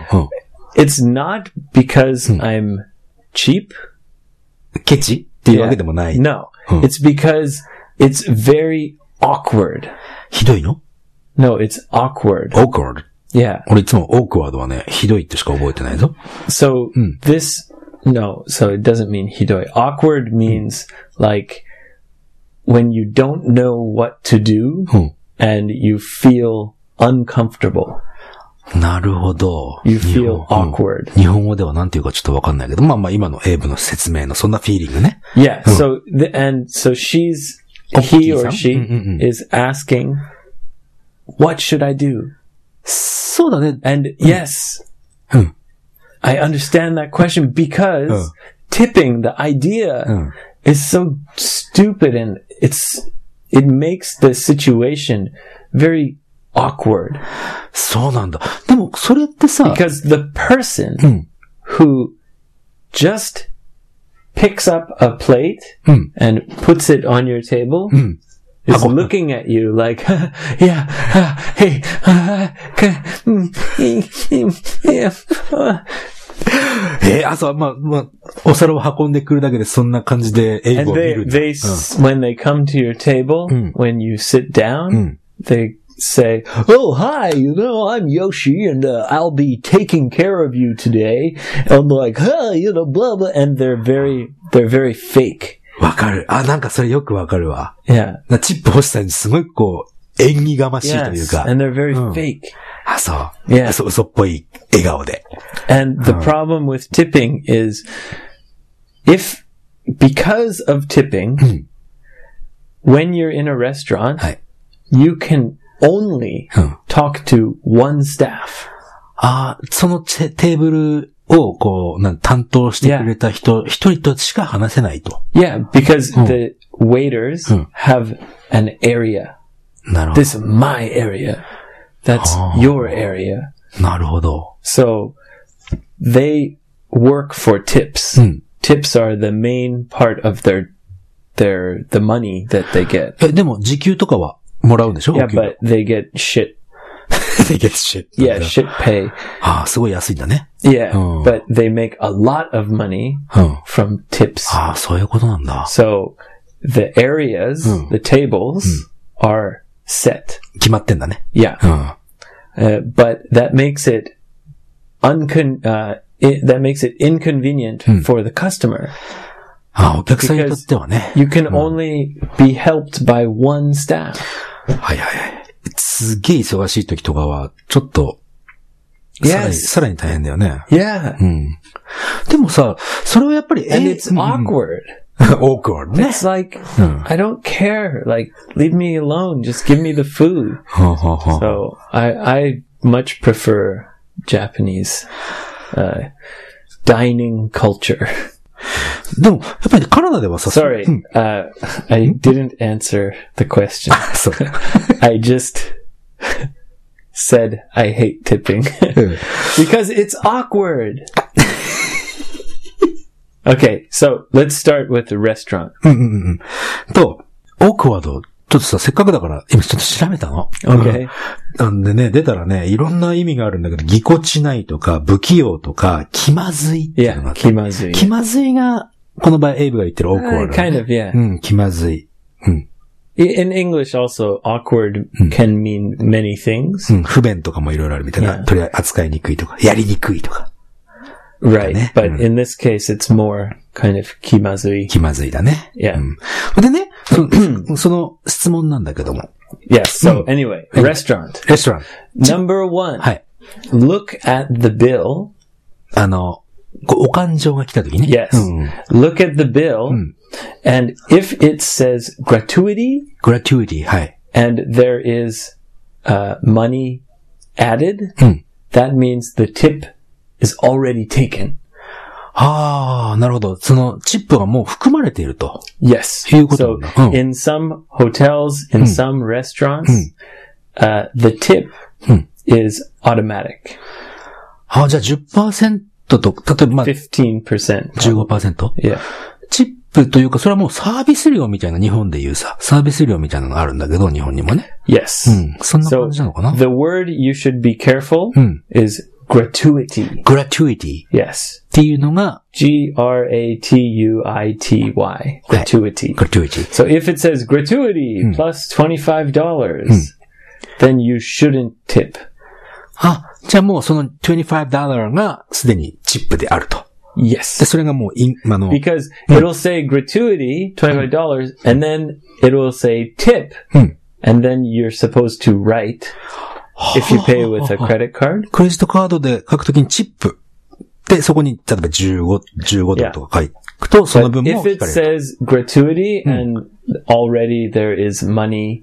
Speaker 2: It's not because I'm cheap.
Speaker 3: ケチっていうわけでもない。
Speaker 2: No.
Speaker 3: Hmm.
Speaker 2: It's because it's very awkward.
Speaker 3: ひどいの
Speaker 2: No, it's awkward.
Speaker 3: オークワード。
Speaker 2: Yeah.
Speaker 3: 俺いつもオークワードはね、ひどいってしか覚えてないぞ。
Speaker 2: So this, no, so it doesn't mean hidoi. Awkward means like when you don't know what to do
Speaker 3: うん。
Speaker 2: and you feel uncomfortable.
Speaker 3: なるほど。
Speaker 2: You
Speaker 3: 日本
Speaker 2: feel awkward.
Speaker 3: 日本語では何て言うかちょっとわかんないけど、まあまあ今の英語の説明のそんなフィーリングね。
Speaker 2: Yeah. So the, and so she's he or she
Speaker 3: うんうんうん
Speaker 2: is asking, "What should I do?"
Speaker 3: そうだね。
Speaker 2: And yes,
Speaker 3: Hmm.
Speaker 2: I understand that question because
Speaker 3: Hmm.
Speaker 2: tipping the idea
Speaker 3: Hmm.
Speaker 2: is so stupid and it's it makes the situation very awkward
Speaker 3: そうなんだ。でも、それってさ、
Speaker 2: because the person
Speaker 3: Hmm.
Speaker 2: who just picks up a plate
Speaker 3: Hmm.
Speaker 2: and puts it on your table is
Speaker 3: Oh.
Speaker 2: looking at you like, yeah, uh, hey, uh, ca- mm, mm, mm, yeah, uh,
Speaker 3: えー、あ、そう、まあ、まあ、お皿を運んでくるだけでそんな感じで英語
Speaker 2: and
Speaker 3: を見
Speaker 2: they
Speaker 3: るんだ。
Speaker 2: they s when they come to your table when you sit down
Speaker 3: Mm.
Speaker 2: they say oh hi you know i'm yoshi and uh, i'll be taking care of you today i'm like huh you know blah blah and they're very they're very fake
Speaker 3: わかる。あ、なんかそれよくわかるわ。
Speaker 2: yeah
Speaker 3: なチップ欲しさにすごいこう、縁起がましいという
Speaker 2: yes.
Speaker 3: か。
Speaker 2: and they're very
Speaker 3: Mm.
Speaker 2: fake
Speaker 3: あ、そう。
Speaker 2: Yeah.
Speaker 3: そう、嘘っぽい笑顔で。
Speaker 2: and the problem with tipping is if because of tipping
Speaker 3: Mm.
Speaker 2: when you're in a restaurant
Speaker 3: Hi.
Speaker 2: you can only
Speaker 3: Mm.
Speaker 2: talk to one staff
Speaker 3: あーそのテテーブルをこう、なん担当してくれた人、一人としか話せないと。
Speaker 2: Yeah, because the waiters
Speaker 3: Hmm.
Speaker 2: have an area.
Speaker 3: なるほ
Speaker 2: This is my area. That's
Speaker 3: Oh.
Speaker 2: your area.
Speaker 3: ど。なるほど。
Speaker 2: So they work for tips.
Speaker 3: Hmm.
Speaker 2: Tips are the main part of their their the money that they get.
Speaker 3: え、でも時給とかはもらうんでしょ
Speaker 2: Yeah,
Speaker 3: お給料
Speaker 2: but they get shit.
Speaker 3: で月収
Speaker 2: Yeah, shit pay.
Speaker 3: ああ、すごい安いんだね。
Speaker 2: Yeah,
Speaker 3: Oh.
Speaker 2: but they make a lot of money
Speaker 3: うん。
Speaker 2: from tips.
Speaker 3: ああ、そういうことなんだ。
Speaker 2: So the areas,
Speaker 3: Hmm.
Speaker 2: the tables are set.
Speaker 3: 決まってんだね。
Speaker 2: Yeah.
Speaker 3: うん。
Speaker 2: Uh, but that makes it uncon uh, i that makes it inconvenient
Speaker 3: Hmm.
Speaker 2: for the customer.
Speaker 3: ああ、お客さんにとってはね。
Speaker 2: You can only be helped by one staff.
Speaker 3: はいはいはい。すげえ忙しい時とかは、ちょっと、さらに、
Speaker 2: Yes.
Speaker 3: さらに大変だよね。
Speaker 2: Yeah.
Speaker 3: うん。でもさ、それはやっぱり、
Speaker 2: And it's awkward.
Speaker 3: 多くあるね。
Speaker 2: It's like
Speaker 3: Hmm.
Speaker 2: I don't care. Like leave me alone. Just give me the food.
Speaker 3: はあはあはあ
Speaker 2: So I I much prefer Japanese uh, dining culture.
Speaker 3: でも、やっぱりカナダではさ、
Speaker 2: Sorry, uh, I didn't answer the question.
Speaker 3: そう。
Speaker 2: I just said I hate tipping
Speaker 3: うん
Speaker 2: because it's awkward. okay, so let's start with the restaurant.
Speaker 3: うんうんうんと、オークワード、ちょっとさ、せっかくだから、今ちょっと調べたの。
Speaker 2: Okay.
Speaker 3: なんでね、出たらね、いろんな意味があるんだけど、ぎこちないとか、不器用とか、気まずいっていうの
Speaker 2: Yeah,
Speaker 3: があって気
Speaker 2: kimazui.
Speaker 3: まずいが、この場合、エイブが言ってるオークワー
Speaker 2: Uh,
Speaker 3: ド。
Speaker 2: kind of, yeah.
Speaker 3: うん、気まずい。うん。
Speaker 2: I- In English, also, awkward can mean many things.
Speaker 3: うん、不便とかもいろいろあるみたいな。
Speaker 2: Yeah.
Speaker 3: 取り扱いにくいとか、やりにくいとか、
Speaker 2: Right.
Speaker 3: Yeah.
Speaker 2: But in this case, it's more kind of kimazui.
Speaker 3: 気まずいだね。
Speaker 2: Yeah.
Speaker 3: うん。でね、そのその質問なんだけども。
Speaker 2: Yes. So, anyway, restaurant.
Speaker 3: レストラン。
Speaker 2: Number one,
Speaker 3: はい。
Speaker 2: look at the bill.
Speaker 3: あの、こうお感情が来た時ね。
Speaker 2: Yes.
Speaker 3: うん。
Speaker 2: Look at the bill,
Speaker 3: Hmm.
Speaker 2: and if it says gratuity
Speaker 3: グラテュイティ、はい。
Speaker 2: and there is uh, money added,
Speaker 3: Hmm.
Speaker 2: that means the tip is already taken.
Speaker 3: ああ、なるほど。その、チップがもう含まれていると。
Speaker 2: Yes.
Speaker 3: いうこと
Speaker 2: So
Speaker 3: なんだ。うん。
Speaker 2: in some hotels, in
Speaker 3: Hmm.
Speaker 2: some restaurants, uh, the tip
Speaker 3: Hmm.
Speaker 2: is automatic,
Speaker 3: ああ、じゃあ10%と、例えば、まあ、
Speaker 2: fifteen percent.
Speaker 3: 15%?
Speaker 2: Yeah.
Speaker 3: チップというか、それはもうサービス料みたいな、日本でいうさ、サービス料みたいなのがあるんだけど、日本にもね。
Speaker 2: Yes.
Speaker 3: うん。そんな
Speaker 2: So
Speaker 3: 感じなのか Hmm. な
Speaker 2: the word you should be careful is gratuity.
Speaker 3: グラテュイティっ
Speaker 2: Yes.
Speaker 3: ていうのが、
Speaker 2: G R A T U I T Y. Gratuity.
Speaker 3: グラテュイティ。
Speaker 2: So if it says gratuity plus $25, then you shouldn't tip.
Speaker 3: あ、じゃあもうその25ダラーがすでにチップであると。で、
Speaker 2: Yes.
Speaker 3: それがもうイン、あの、
Speaker 2: Because it'll say gratuity, $25, and then it'll say tip,
Speaker 3: うん。
Speaker 2: and then you're supposed to write if you pay with a credit card.
Speaker 3: クレジットカードで書くときにチップ。で、そこに、例えば15、15ドルとか書くと、その
Speaker 2: But
Speaker 3: 分も
Speaker 2: if
Speaker 3: 引
Speaker 2: it
Speaker 3: かれる。
Speaker 2: says gratuity and already there is money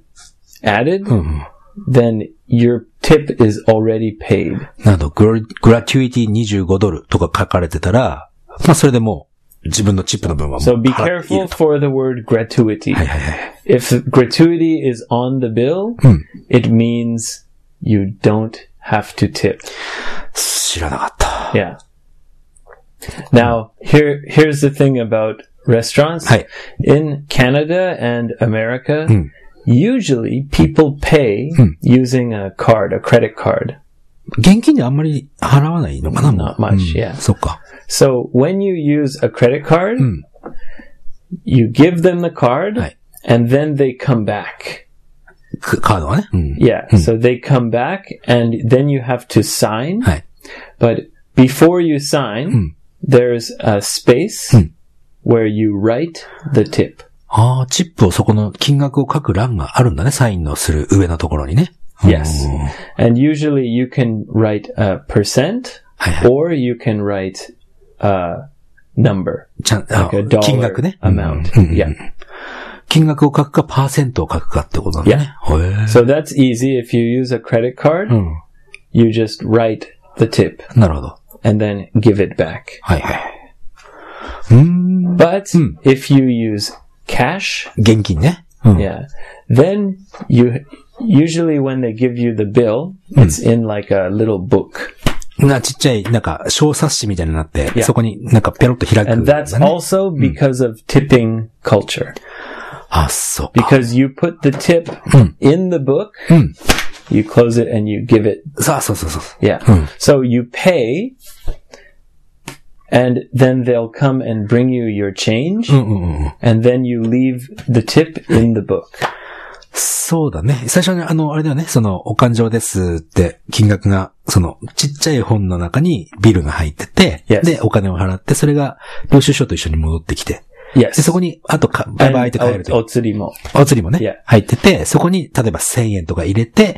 Speaker 2: added,
Speaker 3: うん。
Speaker 2: then your tip is already paid.
Speaker 3: など、グラグラテュイティ25ドルとか書かれてたら、まあ、それでもう、自分のチップの分はもう
Speaker 2: So be
Speaker 3: 払っていい
Speaker 2: careful
Speaker 3: よと
Speaker 2: for the word gratuity.
Speaker 3: はいはいはい。
Speaker 2: If gratuity is on the bill,
Speaker 3: Hmm.
Speaker 2: it means you don't have to tip.
Speaker 3: 知らなかった。
Speaker 2: Yeah. Now, here here's the thing about restaurants.
Speaker 3: Hi. Hmm.
Speaker 2: In Canada and America, usually people pay using a card, a credit card.
Speaker 3: 現金であんまり払わないのかなもう
Speaker 2: Not much,
Speaker 3: うん
Speaker 2: yeah.
Speaker 3: そっか。
Speaker 2: So when you use a credit card, you give them the card
Speaker 3: Hmm. Hi.
Speaker 2: and then they come back.
Speaker 3: くカードはね。うん。
Speaker 2: Yeah. So they come back and then you have to sign.
Speaker 3: はい。
Speaker 2: But before you sign, there's a space where you write the tip.
Speaker 3: ああ、チップをそこの金額を書く欄があるんだね。サインのする上のところにね。
Speaker 2: Yes.
Speaker 3: うん
Speaker 2: And usually you can write a percent
Speaker 3: はいはい。
Speaker 2: or you can write a number,
Speaker 3: ちゃん、あ
Speaker 2: like a dollar
Speaker 3: 金額ね。
Speaker 2: amount.
Speaker 3: うんうん
Speaker 2: Yeah.
Speaker 3: 金額を書くか、パーセントを書くかってことなんだね。へえ
Speaker 2: So that's easy. If you use a credit card,
Speaker 3: うん。
Speaker 2: you just write the tip
Speaker 3: なるほど。
Speaker 2: and then give it back.
Speaker 3: はいはい。うーん。
Speaker 2: But if you use cash,
Speaker 3: 現金ね。うん。
Speaker 2: yeah, then you usually when they give you the bill, it's in like a little book.
Speaker 3: な、ちっちゃい、なんか、小冊子みたいになって、
Speaker 2: Yeah.
Speaker 3: そこになんかペロッと開く、
Speaker 2: And that's
Speaker 3: ね
Speaker 2: also because of tipping culture.
Speaker 3: あ、そうか。
Speaker 2: Because you put the tip in the book, you close it and you give it.
Speaker 3: さあ、そうそうそう。
Speaker 2: Yeah. So you pay, and then they'll come and bring you your change,
Speaker 3: うんうんうんうん。
Speaker 2: and then you leave the tip in the book.
Speaker 3: そうだね。最初に、あの、あれだよね、その、お勘定ですって、金額が、その、ちっちゃい本の中にビルが入ってて、
Speaker 2: Yes.
Speaker 3: で、お金を払って、それが、領収書と一緒に戻ってきて、
Speaker 2: Yes.
Speaker 3: で、そこに、あとか、バイバイって帰る
Speaker 2: And
Speaker 3: と、
Speaker 2: おお釣りも。
Speaker 3: お釣りもね
Speaker 2: Yeah.
Speaker 3: 入ってて、そこに、例えば1000円とか入れて、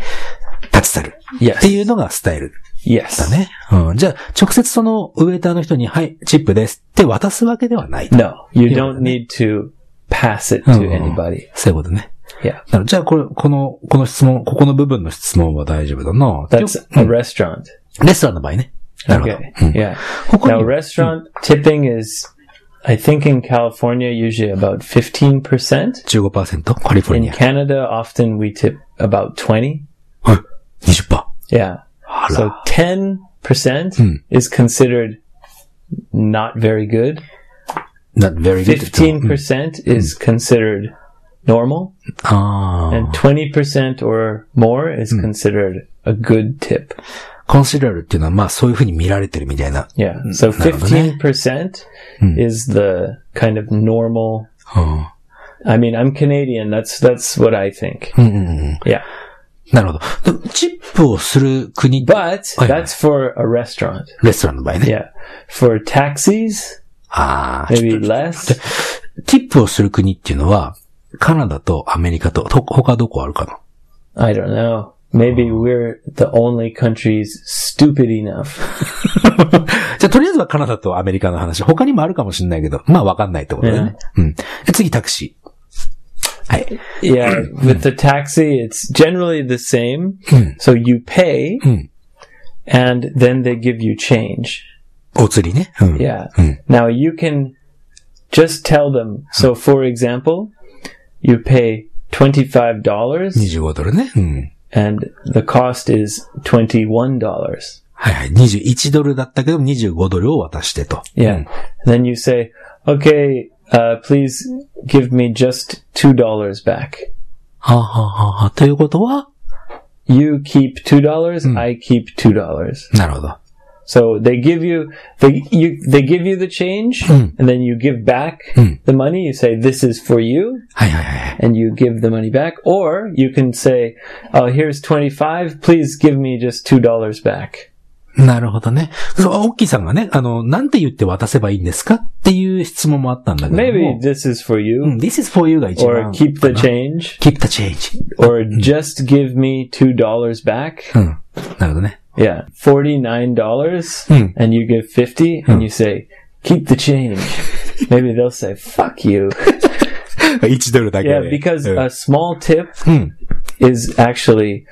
Speaker 3: 立ち去る。
Speaker 2: Yes.
Speaker 3: っていうのがスタイル
Speaker 2: Yes.
Speaker 3: だね。うん。じゃあ、直接その、ウェイターの人に、はい、チップですって渡すわけではない。
Speaker 2: No, you
Speaker 3: Yeah, but-
Speaker 2: don't need to pass it
Speaker 3: Oh.
Speaker 2: to anybody.
Speaker 3: そういうことね。
Speaker 2: Yeah.
Speaker 3: なるじゃあ、これ、この、この質問、ここの部分の質問は大丈夫だな。
Speaker 2: That's
Speaker 3: Hmm.
Speaker 2: a restaurant.
Speaker 3: レストランの場合ね。なるほど。
Speaker 2: Okay.
Speaker 3: うん
Speaker 2: Yeah.
Speaker 3: ここ
Speaker 2: Now,
Speaker 3: に、
Speaker 2: restaurant tipping is, I think in California, usually about 15%.
Speaker 3: 15%? カリフォル
Speaker 2: In
Speaker 3: ニア。
Speaker 2: Canada, often we tip about 20.
Speaker 3: はい。20%。
Speaker 2: Yeah.
Speaker 3: あ
Speaker 2: So
Speaker 3: ら。
Speaker 2: 10%
Speaker 3: Hmm.
Speaker 2: is considered not very good.
Speaker 3: Not very good. Hmm.
Speaker 2: 15% is considered normal.
Speaker 3: ああ。
Speaker 2: And 20% or more is
Speaker 3: Hmm.
Speaker 2: considered a good tip.
Speaker 3: コンシデラルっていうのは、まあ、そういうふうに見られてるみたいな。
Speaker 2: Yeah. So
Speaker 3: なるほどね。
Speaker 2: 15% is the kind of normal.
Speaker 3: うん。
Speaker 2: I mean, I'm Canadian. That's, that's what I think.
Speaker 3: うんうんうん。
Speaker 2: Yeah.
Speaker 3: なるほど。でチップをする国、
Speaker 2: But
Speaker 3: はいはい。
Speaker 2: that's for a restaurant.
Speaker 3: レストランの場合ね。
Speaker 2: Yeah. For taxis,
Speaker 3: ああ。
Speaker 2: maybe less.
Speaker 3: チップをする国っていうのは、カナダとアメリカと、と他どこあるかな
Speaker 2: I don't know. Maybe we're the only countries stupid enough.
Speaker 3: じゃあ、とりあえずはカナダとアメリカの話。他にもあるかもしれないけど、まあ、わかんないってことだよね。うん。で次、タクシー。はい。
Speaker 2: Yeah. With the taxi, it's generally the same. So you pay and then they give you change.
Speaker 3: お釣りね。うん。
Speaker 2: Yeah. Now you can just tell them. So for example, you pay $25
Speaker 3: 25ドルね。うん。
Speaker 2: and the cost is $21.
Speaker 3: はいはい。21ドルだったけど、25ドルを渡してと。
Speaker 2: Yeah. Then you say, okay, uh, please give me just $2 back.
Speaker 3: はあ、はあはあ、ということは
Speaker 2: You keep $2, I keep $2.
Speaker 3: なるほど。
Speaker 2: So they give you, they, you, they give you the change and then you give back the money. You say, this is for you
Speaker 3: はいはいはい。
Speaker 2: and you give the money back. Or you can say, oh, here's 25. Please give me just $2 back.
Speaker 3: なるほどね。そう、オッキーさんがね、あの、なんて言って渡せばいいんですかっていう質問もあったんだけども。
Speaker 2: Maybe this is for
Speaker 3: うん
Speaker 2: you,
Speaker 3: This is for you が一
Speaker 2: or
Speaker 3: 番。
Speaker 2: keep the change,
Speaker 3: keep the change.
Speaker 2: or just give me $2 back.
Speaker 3: うん。なるほどね。
Speaker 2: Yeah, $49,
Speaker 3: Hmm.
Speaker 2: and you give 50 and you say, keep the change. Maybe they'll say, fuck you.
Speaker 3: 1ドルだけ
Speaker 2: Yeah, because
Speaker 3: うん
Speaker 2: a small tip
Speaker 3: Hmm.
Speaker 2: is actually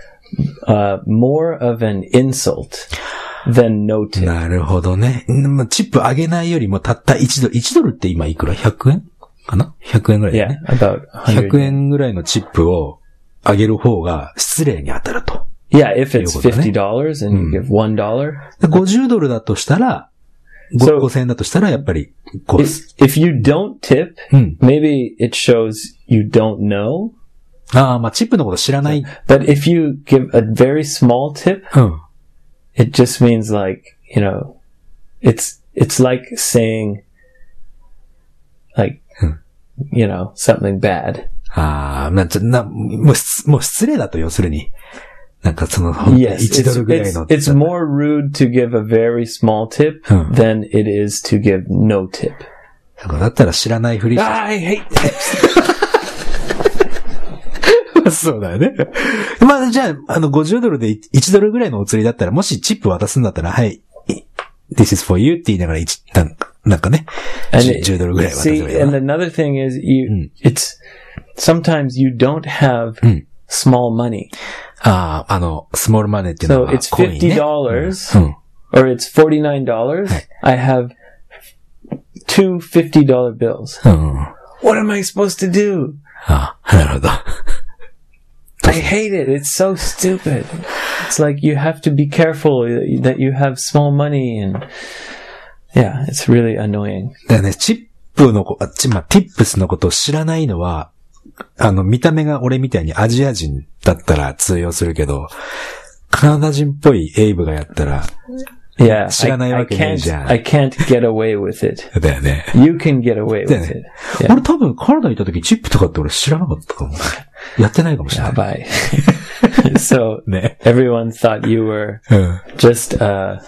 Speaker 2: uh, more of an insult than no tip.
Speaker 3: なるほどね。んまあチップ上げないよりもたった1ドル。1ドルって今いくら ?100 円かな ?100 円ぐらいだよ
Speaker 2: Yeah,
Speaker 3: ね。
Speaker 2: about
Speaker 3: 100
Speaker 2: 100.
Speaker 3: 円ぐらいのチップを上げる方が失礼に当たると。
Speaker 2: Yeah, if it's
Speaker 3: 요거잖아요.
Speaker 2: $50 and you give $1,
Speaker 3: で50ドルだとしたら、
Speaker 2: So-
Speaker 3: 5000円だとしたらやっぱり、こう
Speaker 2: if, if you don't tip,
Speaker 3: うん。
Speaker 2: maybe it shows you don't know.
Speaker 3: ああ、まあチップのこと知らない。
Speaker 2: But if you give a very small tip,
Speaker 3: うん。
Speaker 2: it just means like, you know, it's, it's like saying, like, you know, something bad.
Speaker 3: ああ、なんつな、もう失、もう失礼だと、要するに。なんかその、
Speaker 2: Yes,
Speaker 3: 1
Speaker 2: it's,
Speaker 3: ドルぐらい
Speaker 2: it's,
Speaker 3: の。
Speaker 2: it's more rude to give a very small tip
Speaker 3: Huh.
Speaker 2: than it is to give no tip.
Speaker 3: だったら知らないふりして
Speaker 2: I hate tips.
Speaker 3: そうだよね。まあ、じゃあ、あの、50ドルで1ドルぐらいのお釣りだったら、もしチップ渡すんだったら、はい、い this is for you って言いながら、一なんか、なんかね、
Speaker 2: And
Speaker 3: 10,
Speaker 2: it-
Speaker 3: 10ドルぐらい渡せ
Speaker 2: see,
Speaker 3: ばいいよ
Speaker 2: and
Speaker 3: な
Speaker 2: another thing is you, it's sometimes you don't have small money.
Speaker 3: ああ、あの、スモールマネーっていうの
Speaker 2: So
Speaker 3: は、
Speaker 2: it's
Speaker 3: コインね。
Speaker 2: $50
Speaker 3: うん
Speaker 2: or it's $49. I have two $50 bills.
Speaker 3: うん。うん。
Speaker 2: What am I supposed to do?
Speaker 3: ああ、なるほど。
Speaker 2: I hate it. It's so stupid. It's like you have to be careful that you have small money and yeah, it's really annoying.
Speaker 3: だよね、チップのこ、あち、まあ、ティップスのことを知らないのは、あの、見た目が俺みたいにアジア人だったら通用するけど、カナダ人っぽいエイブがやったら、
Speaker 2: Yeah, I,
Speaker 3: 知らないわけねえ
Speaker 2: I can't.
Speaker 3: じゃん。
Speaker 2: I can't get away with it.
Speaker 3: だよね。
Speaker 2: You can get away with it.
Speaker 3: 俺多分カナダにいた時チップとかって俺知らなかったかも。やってないかもしれな い。
Speaker 2: Bye. so
Speaker 3: ね。
Speaker 2: everyone thought you were
Speaker 3: うん。うん
Speaker 2: just uh,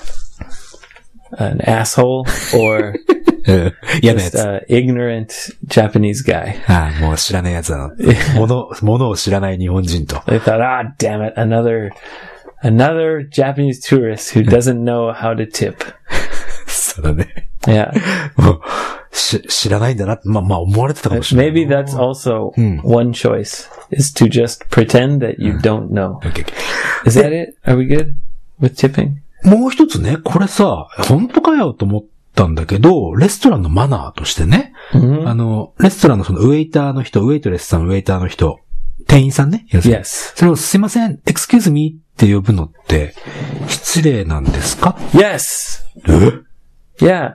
Speaker 2: an asshole or
Speaker 3: 嫌なや
Speaker 2: just
Speaker 3: つ。
Speaker 2: uh, ignorant Japanese guy.
Speaker 3: ああ、もう知らないやつだな。もの、ものを知らない日本人と。
Speaker 2: They thought, ah, damn it, another, another Japanese tourist who doesn't know how to tip.
Speaker 3: そうだね。
Speaker 2: Yeah,
Speaker 3: もう、し、知らないんだな。まあまあ思われてたかもしれない。
Speaker 2: maybe that's also one choice: is to just pretend that you don't know.
Speaker 3: Okay,
Speaker 2: Is that it? Are we good with tipping?
Speaker 3: もう一つね、これさ、本当かよと思ったんだけど、レストランのマナーとしてね、あの、レストランのそのウェイターの人、ウェイトレスさん、ウェイターの人、店員さんね、要するに
Speaker 2: Yes.
Speaker 3: それをすいません、excuse me って呼ぶのって、失礼なんですか
Speaker 2: Yes.
Speaker 3: え
Speaker 2: Yeah.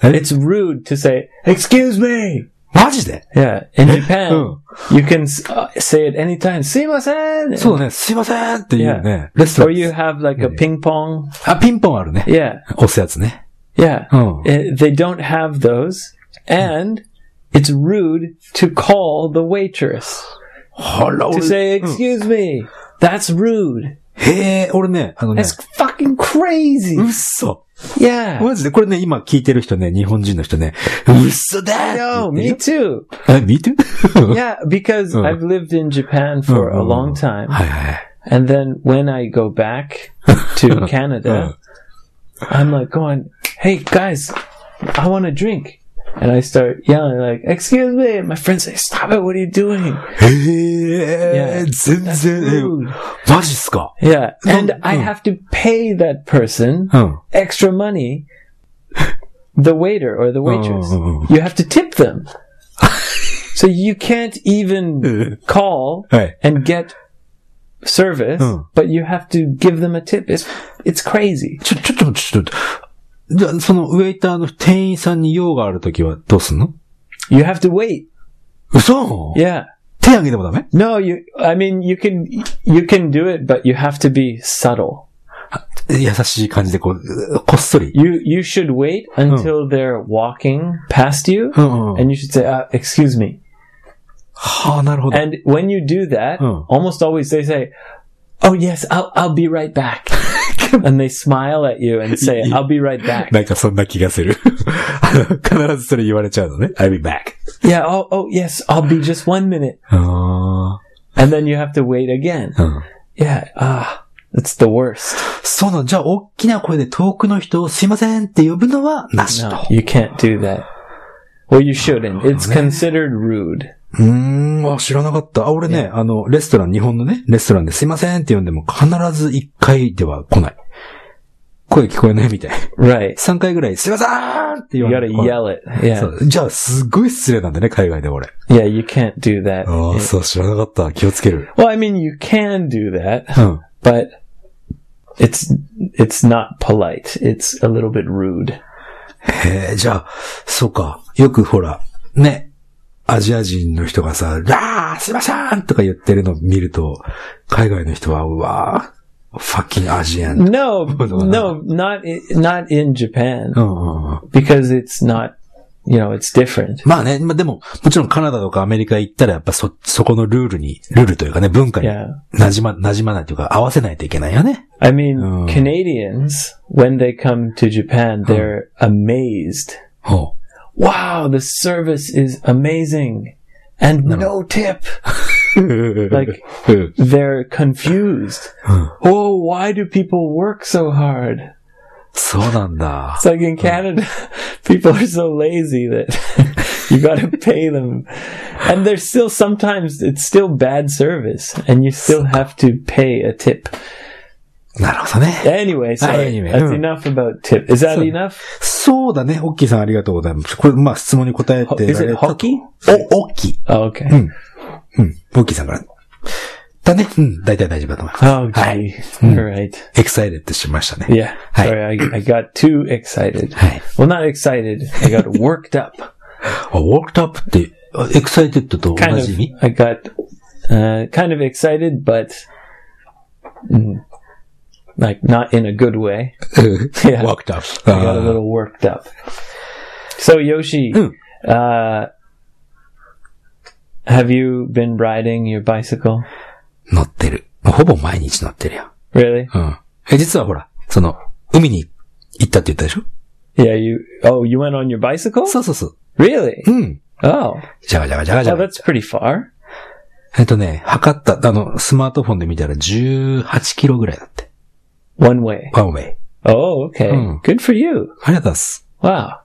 Speaker 3: Hey.
Speaker 2: It's rude to say "excuse me."
Speaker 3: マジで
Speaker 2: Yeah, in Japan,
Speaker 3: Oh.
Speaker 2: you can s- uh, say it anytime. "Sumimasen!"
Speaker 3: そうだね、すいませんっていうね、レスト
Speaker 2: Or
Speaker 3: ラ
Speaker 2: you
Speaker 3: ン。
Speaker 2: have like a ping pong.
Speaker 3: あ、ピンポンあるね。
Speaker 2: Yeah,
Speaker 3: 押すやつね。
Speaker 2: yeah.
Speaker 3: Oh.
Speaker 2: Uh, they don't have those, and it's rude to call the waitress
Speaker 3: ほら、
Speaker 2: to
Speaker 3: 俺、
Speaker 2: say "excuse me." That's rude.
Speaker 3: へえ、俺ね、あのね、
Speaker 2: That's fucking crazy.
Speaker 3: 嘘。
Speaker 2: Yeah.
Speaker 3: マジで、これね、今聞いてる人ね、日本人の人ね、嘘だ
Speaker 2: No,
Speaker 3: よ
Speaker 2: me too.
Speaker 3: え、見て はい
Speaker 2: Yeah, because
Speaker 3: Oh.
Speaker 2: I've lived in Japan for a
Speaker 3: Oh.
Speaker 2: long time.
Speaker 3: はいはい。
Speaker 2: And then when I go back to Canada, I'm like going, hey guys, I want a drink. And I start yelling like, excuse me. And my friends say, stop it. What are you doing?
Speaker 3: へえ、
Speaker 2: Yeah.
Speaker 3: 全
Speaker 2: That's
Speaker 3: 然、
Speaker 2: rude.
Speaker 3: マジっすか
Speaker 2: Yeah. And I
Speaker 3: mm.
Speaker 2: have to pay that person
Speaker 3: うん。
Speaker 2: extra money. The waiter or the waitress.
Speaker 3: Oh.
Speaker 2: You have to tip them. so you can't
Speaker 3: Uh.
Speaker 2: even call
Speaker 3: はい。
Speaker 2: and get service,
Speaker 3: Oh.
Speaker 2: but you have to give them a tip. It's it's crazy.
Speaker 3: ちょ、ちょっと待って、ちょっと待って。じゃあ、そのウェイターの店員さんに用があるときはどうすんの
Speaker 2: You have to wait.
Speaker 3: 嘘
Speaker 2: Yeah.
Speaker 3: 手あげてもダメ
Speaker 2: No, you. I mean, you can you can do it, but you have to be subtle.
Speaker 3: 優しい感じでこう、こっそり。
Speaker 2: You you should wait until they're walking past you,
Speaker 3: うんうん
Speaker 2: and you should say, uh, "Excuse me."
Speaker 3: はあ、なるほど。
Speaker 2: And when you do that,
Speaker 3: Oh.
Speaker 2: almost always they say, oh yes, I'll, I'll be right back. and they smile at you and say, I'll be right back.
Speaker 3: なんかそんな気がする。 あの必ずそれ言われちゃうのね。I'll be back.
Speaker 2: Yeah, oh, oh yes, I'll be just one minute.
Speaker 3: あ
Speaker 2: And then you have to wait again.
Speaker 3: ーうん。
Speaker 2: Yeah, ah, that's the worst.
Speaker 3: そうなの、じゃあ大きな声で遠くの人をすいませんって呼ぶのはなし
Speaker 2: No,
Speaker 3: と。
Speaker 2: you can't do that. Well, you shouldn't. It's considered rude.
Speaker 3: うーん、あ、知らなかった。あ、俺ね、あの、レストラン、日本のね、レストランですいませんって呼んでも必ず1回では来ない。声聞こえないみたい。
Speaker 2: Right.
Speaker 3: 3回ぐらい、すいませんって言
Speaker 2: You
Speaker 3: われ
Speaker 2: gotta
Speaker 3: る。
Speaker 2: yell it. Yeah.
Speaker 3: そうじゃあ、すっごい失礼なんだね、海外で俺。
Speaker 2: Yeah, you can't do that.
Speaker 3: ああ、
Speaker 2: It-
Speaker 3: そう、知らなかった。気をつける。
Speaker 2: Well, I mean, you can do that,
Speaker 3: うん。
Speaker 2: but it's, it's not polite. It's a little bit rude.
Speaker 3: へえ、じゃあ、そうか。よくほら、ね、アジア人の人がさ、ラーすいませんとか言ってるのを見ると、海外の人は、うわーファッキンアジアン。うん
Speaker 2: No,
Speaker 3: no.
Speaker 2: no, not, i- not in Japan
Speaker 3: Oh. うんうん。
Speaker 2: because it's not, you know, it's different.
Speaker 3: まあね、まあでも、もちろんカナダとかアメリカ行ったら、やっぱそ、そこのルールに、ルールというかね、文化に
Speaker 2: Yeah.
Speaker 3: なじま、なじまないというか、合わせないといけないよね。
Speaker 2: I mean,
Speaker 3: Oh.
Speaker 2: Canadians, when they come to Japan, they're amazed.
Speaker 3: ほ
Speaker 2: Wow, the service is amazing. And no, tip.
Speaker 3: う。
Speaker 2: Like-
Speaker 3: うん、
Speaker 2: They're confused.
Speaker 3: Hmm.
Speaker 2: Oh, why do people work so hard?
Speaker 3: そうなんだ
Speaker 2: It's。like in Canada, people are so lazy that you gotta pay them. And there's still sometimes, it's still bad service, and you still have to pay a tip.
Speaker 3: なるほどね。
Speaker 2: Anyway, sorry.
Speaker 3: anyway,
Speaker 2: that's
Speaker 3: hmm.
Speaker 2: enough about tip. Is that
Speaker 3: So-
Speaker 2: enough?
Speaker 3: そうだね。オッキーさんありがとうございます。これ、まあ、質問に答えてら
Speaker 2: Is
Speaker 3: れ
Speaker 2: it
Speaker 3: た。
Speaker 2: hockey?
Speaker 3: お、オッキー。
Speaker 2: Oh, okay.
Speaker 3: うん。オッキーさんから。だね。うん。大体大丈夫だと思います。
Speaker 2: Oh, gee. All right.
Speaker 3: エクサイレットしましたね。
Speaker 2: Yeah.
Speaker 3: Hi.
Speaker 2: Sorry, I, I got too excited.
Speaker 3: Hi.
Speaker 2: Well, not excited. I got worked up.
Speaker 3: あ、ウォークトアップって、エクサイテッドと
Speaker 2: Kind
Speaker 3: 同
Speaker 2: of.
Speaker 3: じ意味
Speaker 2: I got uh, kind of excited, but mm, like not in a good way.
Speaker 3: うん
Speaker 2: Yeah.
Speaker 3: ウォークトアッ
Speaker 2: I got a
Speaker 3: プ。
Speaker 2: little worked up. So Yoshi,
Speaker 3: Mm.
Speaker 2: uh, have you been riding your bicycle?
Speaker 3: 乗ってる。ほぼ毎日乗ってるよ。
Speaker 2: Really?
Speaker 3: うん。え、実はほら、その、海に行ったって言ったでしょ
Speaker 2: Yeah. You. Oh, you went on your bicycle?
Speaker 3: そうそうそう。
Speaker 2: Really?
Speaker 3: うん。
Speaker 2: Oh.
Speaker 3: じゃがじゃがじゃがじゃ
Speaker 2: Oh,
Speaker 3: が。
Speaker 2: that's pretty far.
Speaker 3: えっとね、測った、あの、スマートフォンで見たら18キロぐらいだって。
Speaker 2: One way.
Speaker 3: ワンウェイ。
Speaker 2: Oh, okay.
Speaker 3: Mm.
Speaker 2: Good for you.
Speaker 3: ありがとうございます。
Speaker 2: Wow.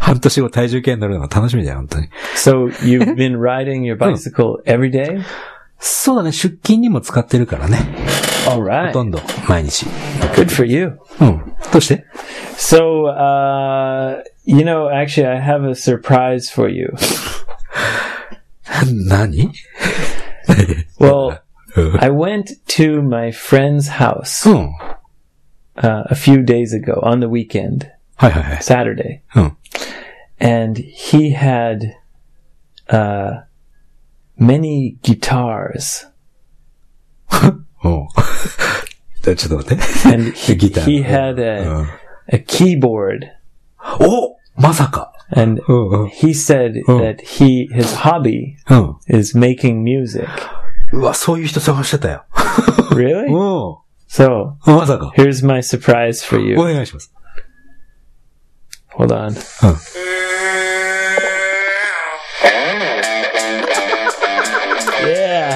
Speaker 3: 半年後体重計に乗るのが楽しみだよ、本当に。
Speaker 2: So you've been riding your bicycle every day?
Speaker 3: そうだね、出勤にも使ってるからね。
Speaker 2: All
Speaker 3: ほ
Speaker 2: right.
Speaker 3: とんど、毎日。
Speaker 2: Good for you.
Speaker 3: うん。どうして
Speaker 2: So, uh, you know, actually, I have a surprise for you.
Speaker 3: 何
Speaker 2: Well,
Speaker 3: うん。
Speaker 2: I went to my friend's house
Speaker 3: う
Speaker 2: uh,
Speaker 3: ん。は
Speaker 2: a few days ago on the weekend,
Speaker 3: いはいはい。
Speaker 2: Saturday,
Speaker 3: うん。
Speaker 2: and he had uh, many guitars,
Speaker 3: うん。 じゃあちょっと待って。
Speaker 2: and he,
Speaker 3: ギター。
Speaker 2: he had
Speaker 3: う
Speaker 2: a,
Speaker 3: ん
Speaker 2: a keyboard,
Speaker 3: おまさか。
Speaker 2: and
Speaker 3: うんうん。
Speaker 2: he said
Speaker 3: Oh.
Speaker 2: that he his hobby
Speaker 3: うん。
Speaker 2: is making music.
Speaker 3: うわ、そういう人探してたよ。
Speaker 2: Really?
Speaker 3: う
Speaker 2: So
Speaker 3: ん。まさか。
Speaker 2: here's my surprise for
Speaker 3: お
Speaker 2: you.
Speaker 3: 願いします。
Speaker 2: Hold on.
Speaker 4: Here
Speaker 2: Yeah.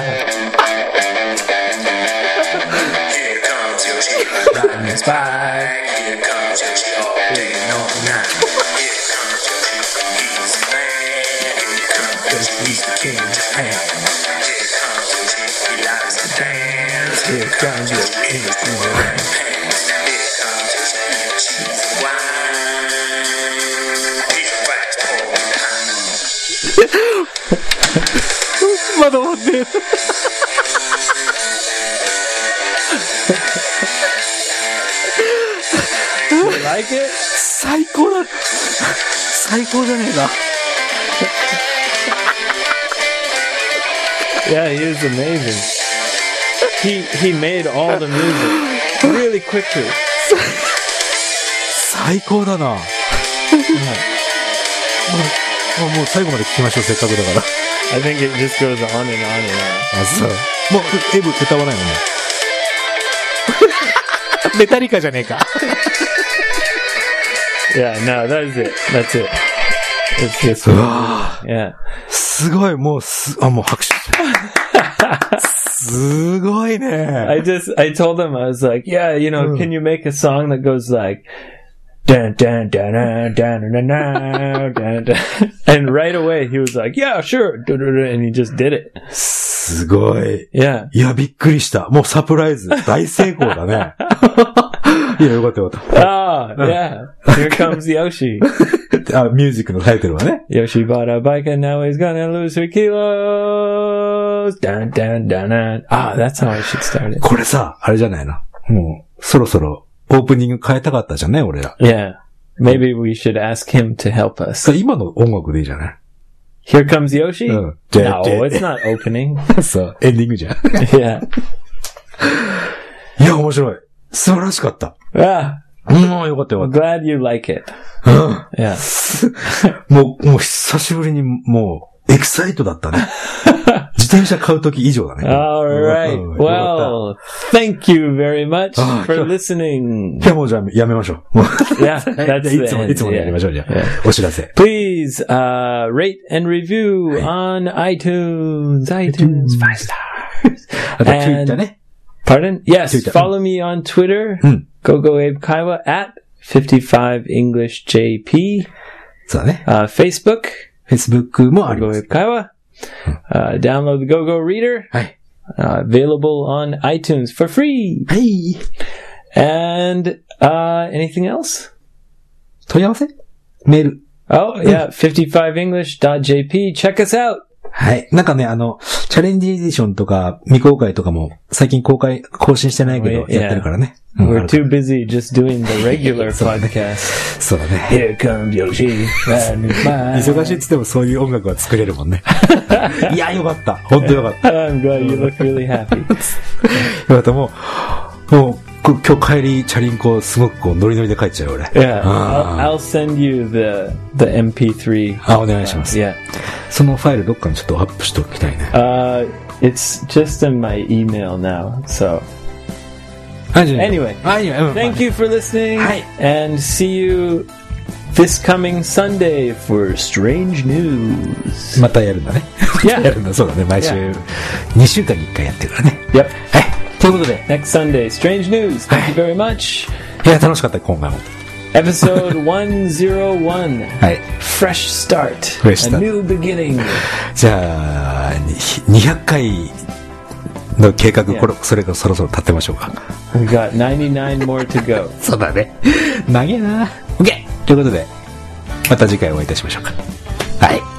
Speaker 4: comes Yoshi. Lightning spike. Here comes Yoshi all day, no night. Here comes Yoshi. He's a man. Here comes Yoshi. He's a king of Japan. Here comes Yoshi. He likes to dance. Here comes Yoshi. He's a red pants. Here comes Yoshi. She's wine. He's a wax pole.
Speaker 3: まだ終わってる。
Speaker 2: You like it?
Speaker 3: 最高だ。最高じゃねえか。
Speaker 2: Yeah, he is amazing. He he made all the music really quickly.
Speaker 3: 最高 だな。もう、もう最後まで聞きましょう、せっかくだから。
Speaker 2: I think it just goes on and on and
Speaker 3: あ、そう。もう、エブ歌わないのね。メタリカじゃねえか。
Speaker 2: on. Yeah, no, that is it. That's it. It's this
Speaker 3: う
Speaker 2: one.
Speaker 3: わぁ
Speaker 2: Yeah.
Speaker 3: すごい、もう、す、あ、もう拍手。すごいね。
Speaker 2: I just I told him I was like, yeah, you know, can you make a song that goes like dun dun dun dun dun dun dun, dun dun and right away he was like, yeah, sure, Dun, dun, dun, and he just did it.
Speaker 3: すごい。
Speaker 2: Yeah,
Speaker 3: いや、びっくりした。もうサプライズ。大成功だ ね。いや、よかったよかっ
Speaker 2: ah, yeah. Here comes Yoshi.
Speaker 3: た。あ、ミュージックのタイトルはね。
Speaker 2: Yoshi bought a bike and now he's gonna lose three kilos. Dun dun dun dun. Ah, that's how I should start it.
Speaker 3: これさ、あれじゃないな。もう、そろそろ、オープニング変えたかったじゃんね、俺ら。
Speaker 2: Yeah. Maybe we should ask him to help us.
Speaker 3: さ今の音楽でいいじゃない
Speaker 2: Here comes Yoshi.
Speaker 3: うん。
Speaker 2: No, it's not opening.
Speaker 3: そう、エンディングじゃん。
Speaker 2: yeah.
Speaker 3: いや、面白い。素晴らしかった。
Speaker 2: Ah,
Speaker 3: うん、よかったよ
Speaker 2: I'm
Speaker 3: かっ
Speaker 2: glad you like it.
Speaker 3: た。うん。
Speaker 2: Yeah.
Speaker 3: もう、もう久しぶりにもう、エキサイトだった ね。自転車買うとき以上だね。
Speaker 2: All right.
Speaker 3: うんよかった
Speaker 2: Well, thank you very much
Speaker 3: Ah,
Speaker 2: for
Speaker 3: sure.
Speaker 2: listening.
Speaker 3: いや、もうじゃあやめましょう。もう
Speaker 2: Yeah, that's
Speaker 3: い
Speaker 2: the
Speaker 3: つも、
Speaker 2: end,
Speaker 3: いつものやりま
Speaker 2: yeah.
Speaker 3: しょう、じゃ
Speaker 2: え
Speaker 3: あ。お知ら せ。
Speaker 2: Please uh, rate and review on iTunes. iTunes five stars.
Speaker 3: あと、ツイッターね。
Speaker 2: Pardon? Yes.
Speaker 3: Twitter.
Speaker 2: Follow me on Twitter.
Speaker 3: Mm.
Speaker 2: Gogo Abe Kaiwa at 55 English JP.
Speaker 3: そうだね。
Speaker 2: Uh, Facebook.
Speaker 3: Facebook もあり
Speaker 2: Gogo
Speaker 3: ます。
Speaker 2: Abe Kaiwa. Uh, download the Gogo Reader.
Speaker 3: はい。
Speaker 2: Uh, available on iTunes for free.
Speaker 3: はい。
Speaker 2: And uh, anything else?
Speaker 3: 問い合わせメール。
Speaker 2: Oh, yeah, 55english.jp. Check us out.
Speaker 3: はい。なんかね、あの、チャレンジエディションとか、未公開とかも、最近公開、更新してないけど、
Speaker 2: We- yeah.
Speaker 3: やってるからね。うんあ
Speaker 2: We're
Speaker 3: るから
Speaker 2: too busy just doing the regular podcast.
Speaker 3: そうだね。
Speaker 2: Here comes Yoshi. riding his bike.
Speaker 3: 忙しいっつってもそういう音楽は作れるもん ね。いや、よかった。本当よかった。よ
Speaker 2: I'm glad you look really happy.
Speaker 3: かった。もう、もう、こ今日帰り、チャリンコ、すごくこう、ノリノリで帰っちゃうよ、俺。
Speaker 2: Yeah,
Speaker 3: Ah.
Speaker 2: I'll, I'll send you the the MP3.
Speaker 3: あ、お願いします。
Speaker 2: Yeah,
Speaker 3: そのファイルどっかにちょっとアップしておきたいね。
Speaker 2: uh, it's just in my email now. So
Speaker 3: あ、じゃあ
Speaker 2: anyway,
Speaker 3: あ、いいよ。
Speaker 2: thank you for listening,
Speaker 3: Hi.
Speaker 2: and see you this coming Sunday for strange news.
Speaker 3: またやるんだね。
Speaker 2: Yeah.
Speaker 3: やるんだ、そうだね。毎週、
Speaker 2: Yeah.
Speaker 3: 2週間に1回やってるからね。
Speaker 2: Yep.
Speaker 3: はい。ということで、
Speaker 2: Next Sunday, strange news. Thank
Speaker 3: Hi.
Speaker 2: you very much.
Speaker 3: いや、楽しかった、今回も。
Speaker 2: Episode 101.
Speaker 3: はい。
Speaker 2: Fresh start.
Speaker 3: Fresh
Speaker 2: A
Speaker 3: start.
Speaker 2: new beginning.
Speaker 3: じゃあ、に200回の計画、これ、それがそろそろ立てましょうか。
Speaker 2: We've got 99 more to go.
Speaker 3: そうだ ね。長えな。OK! ということで、また次回お会いいたしましょうか。はい。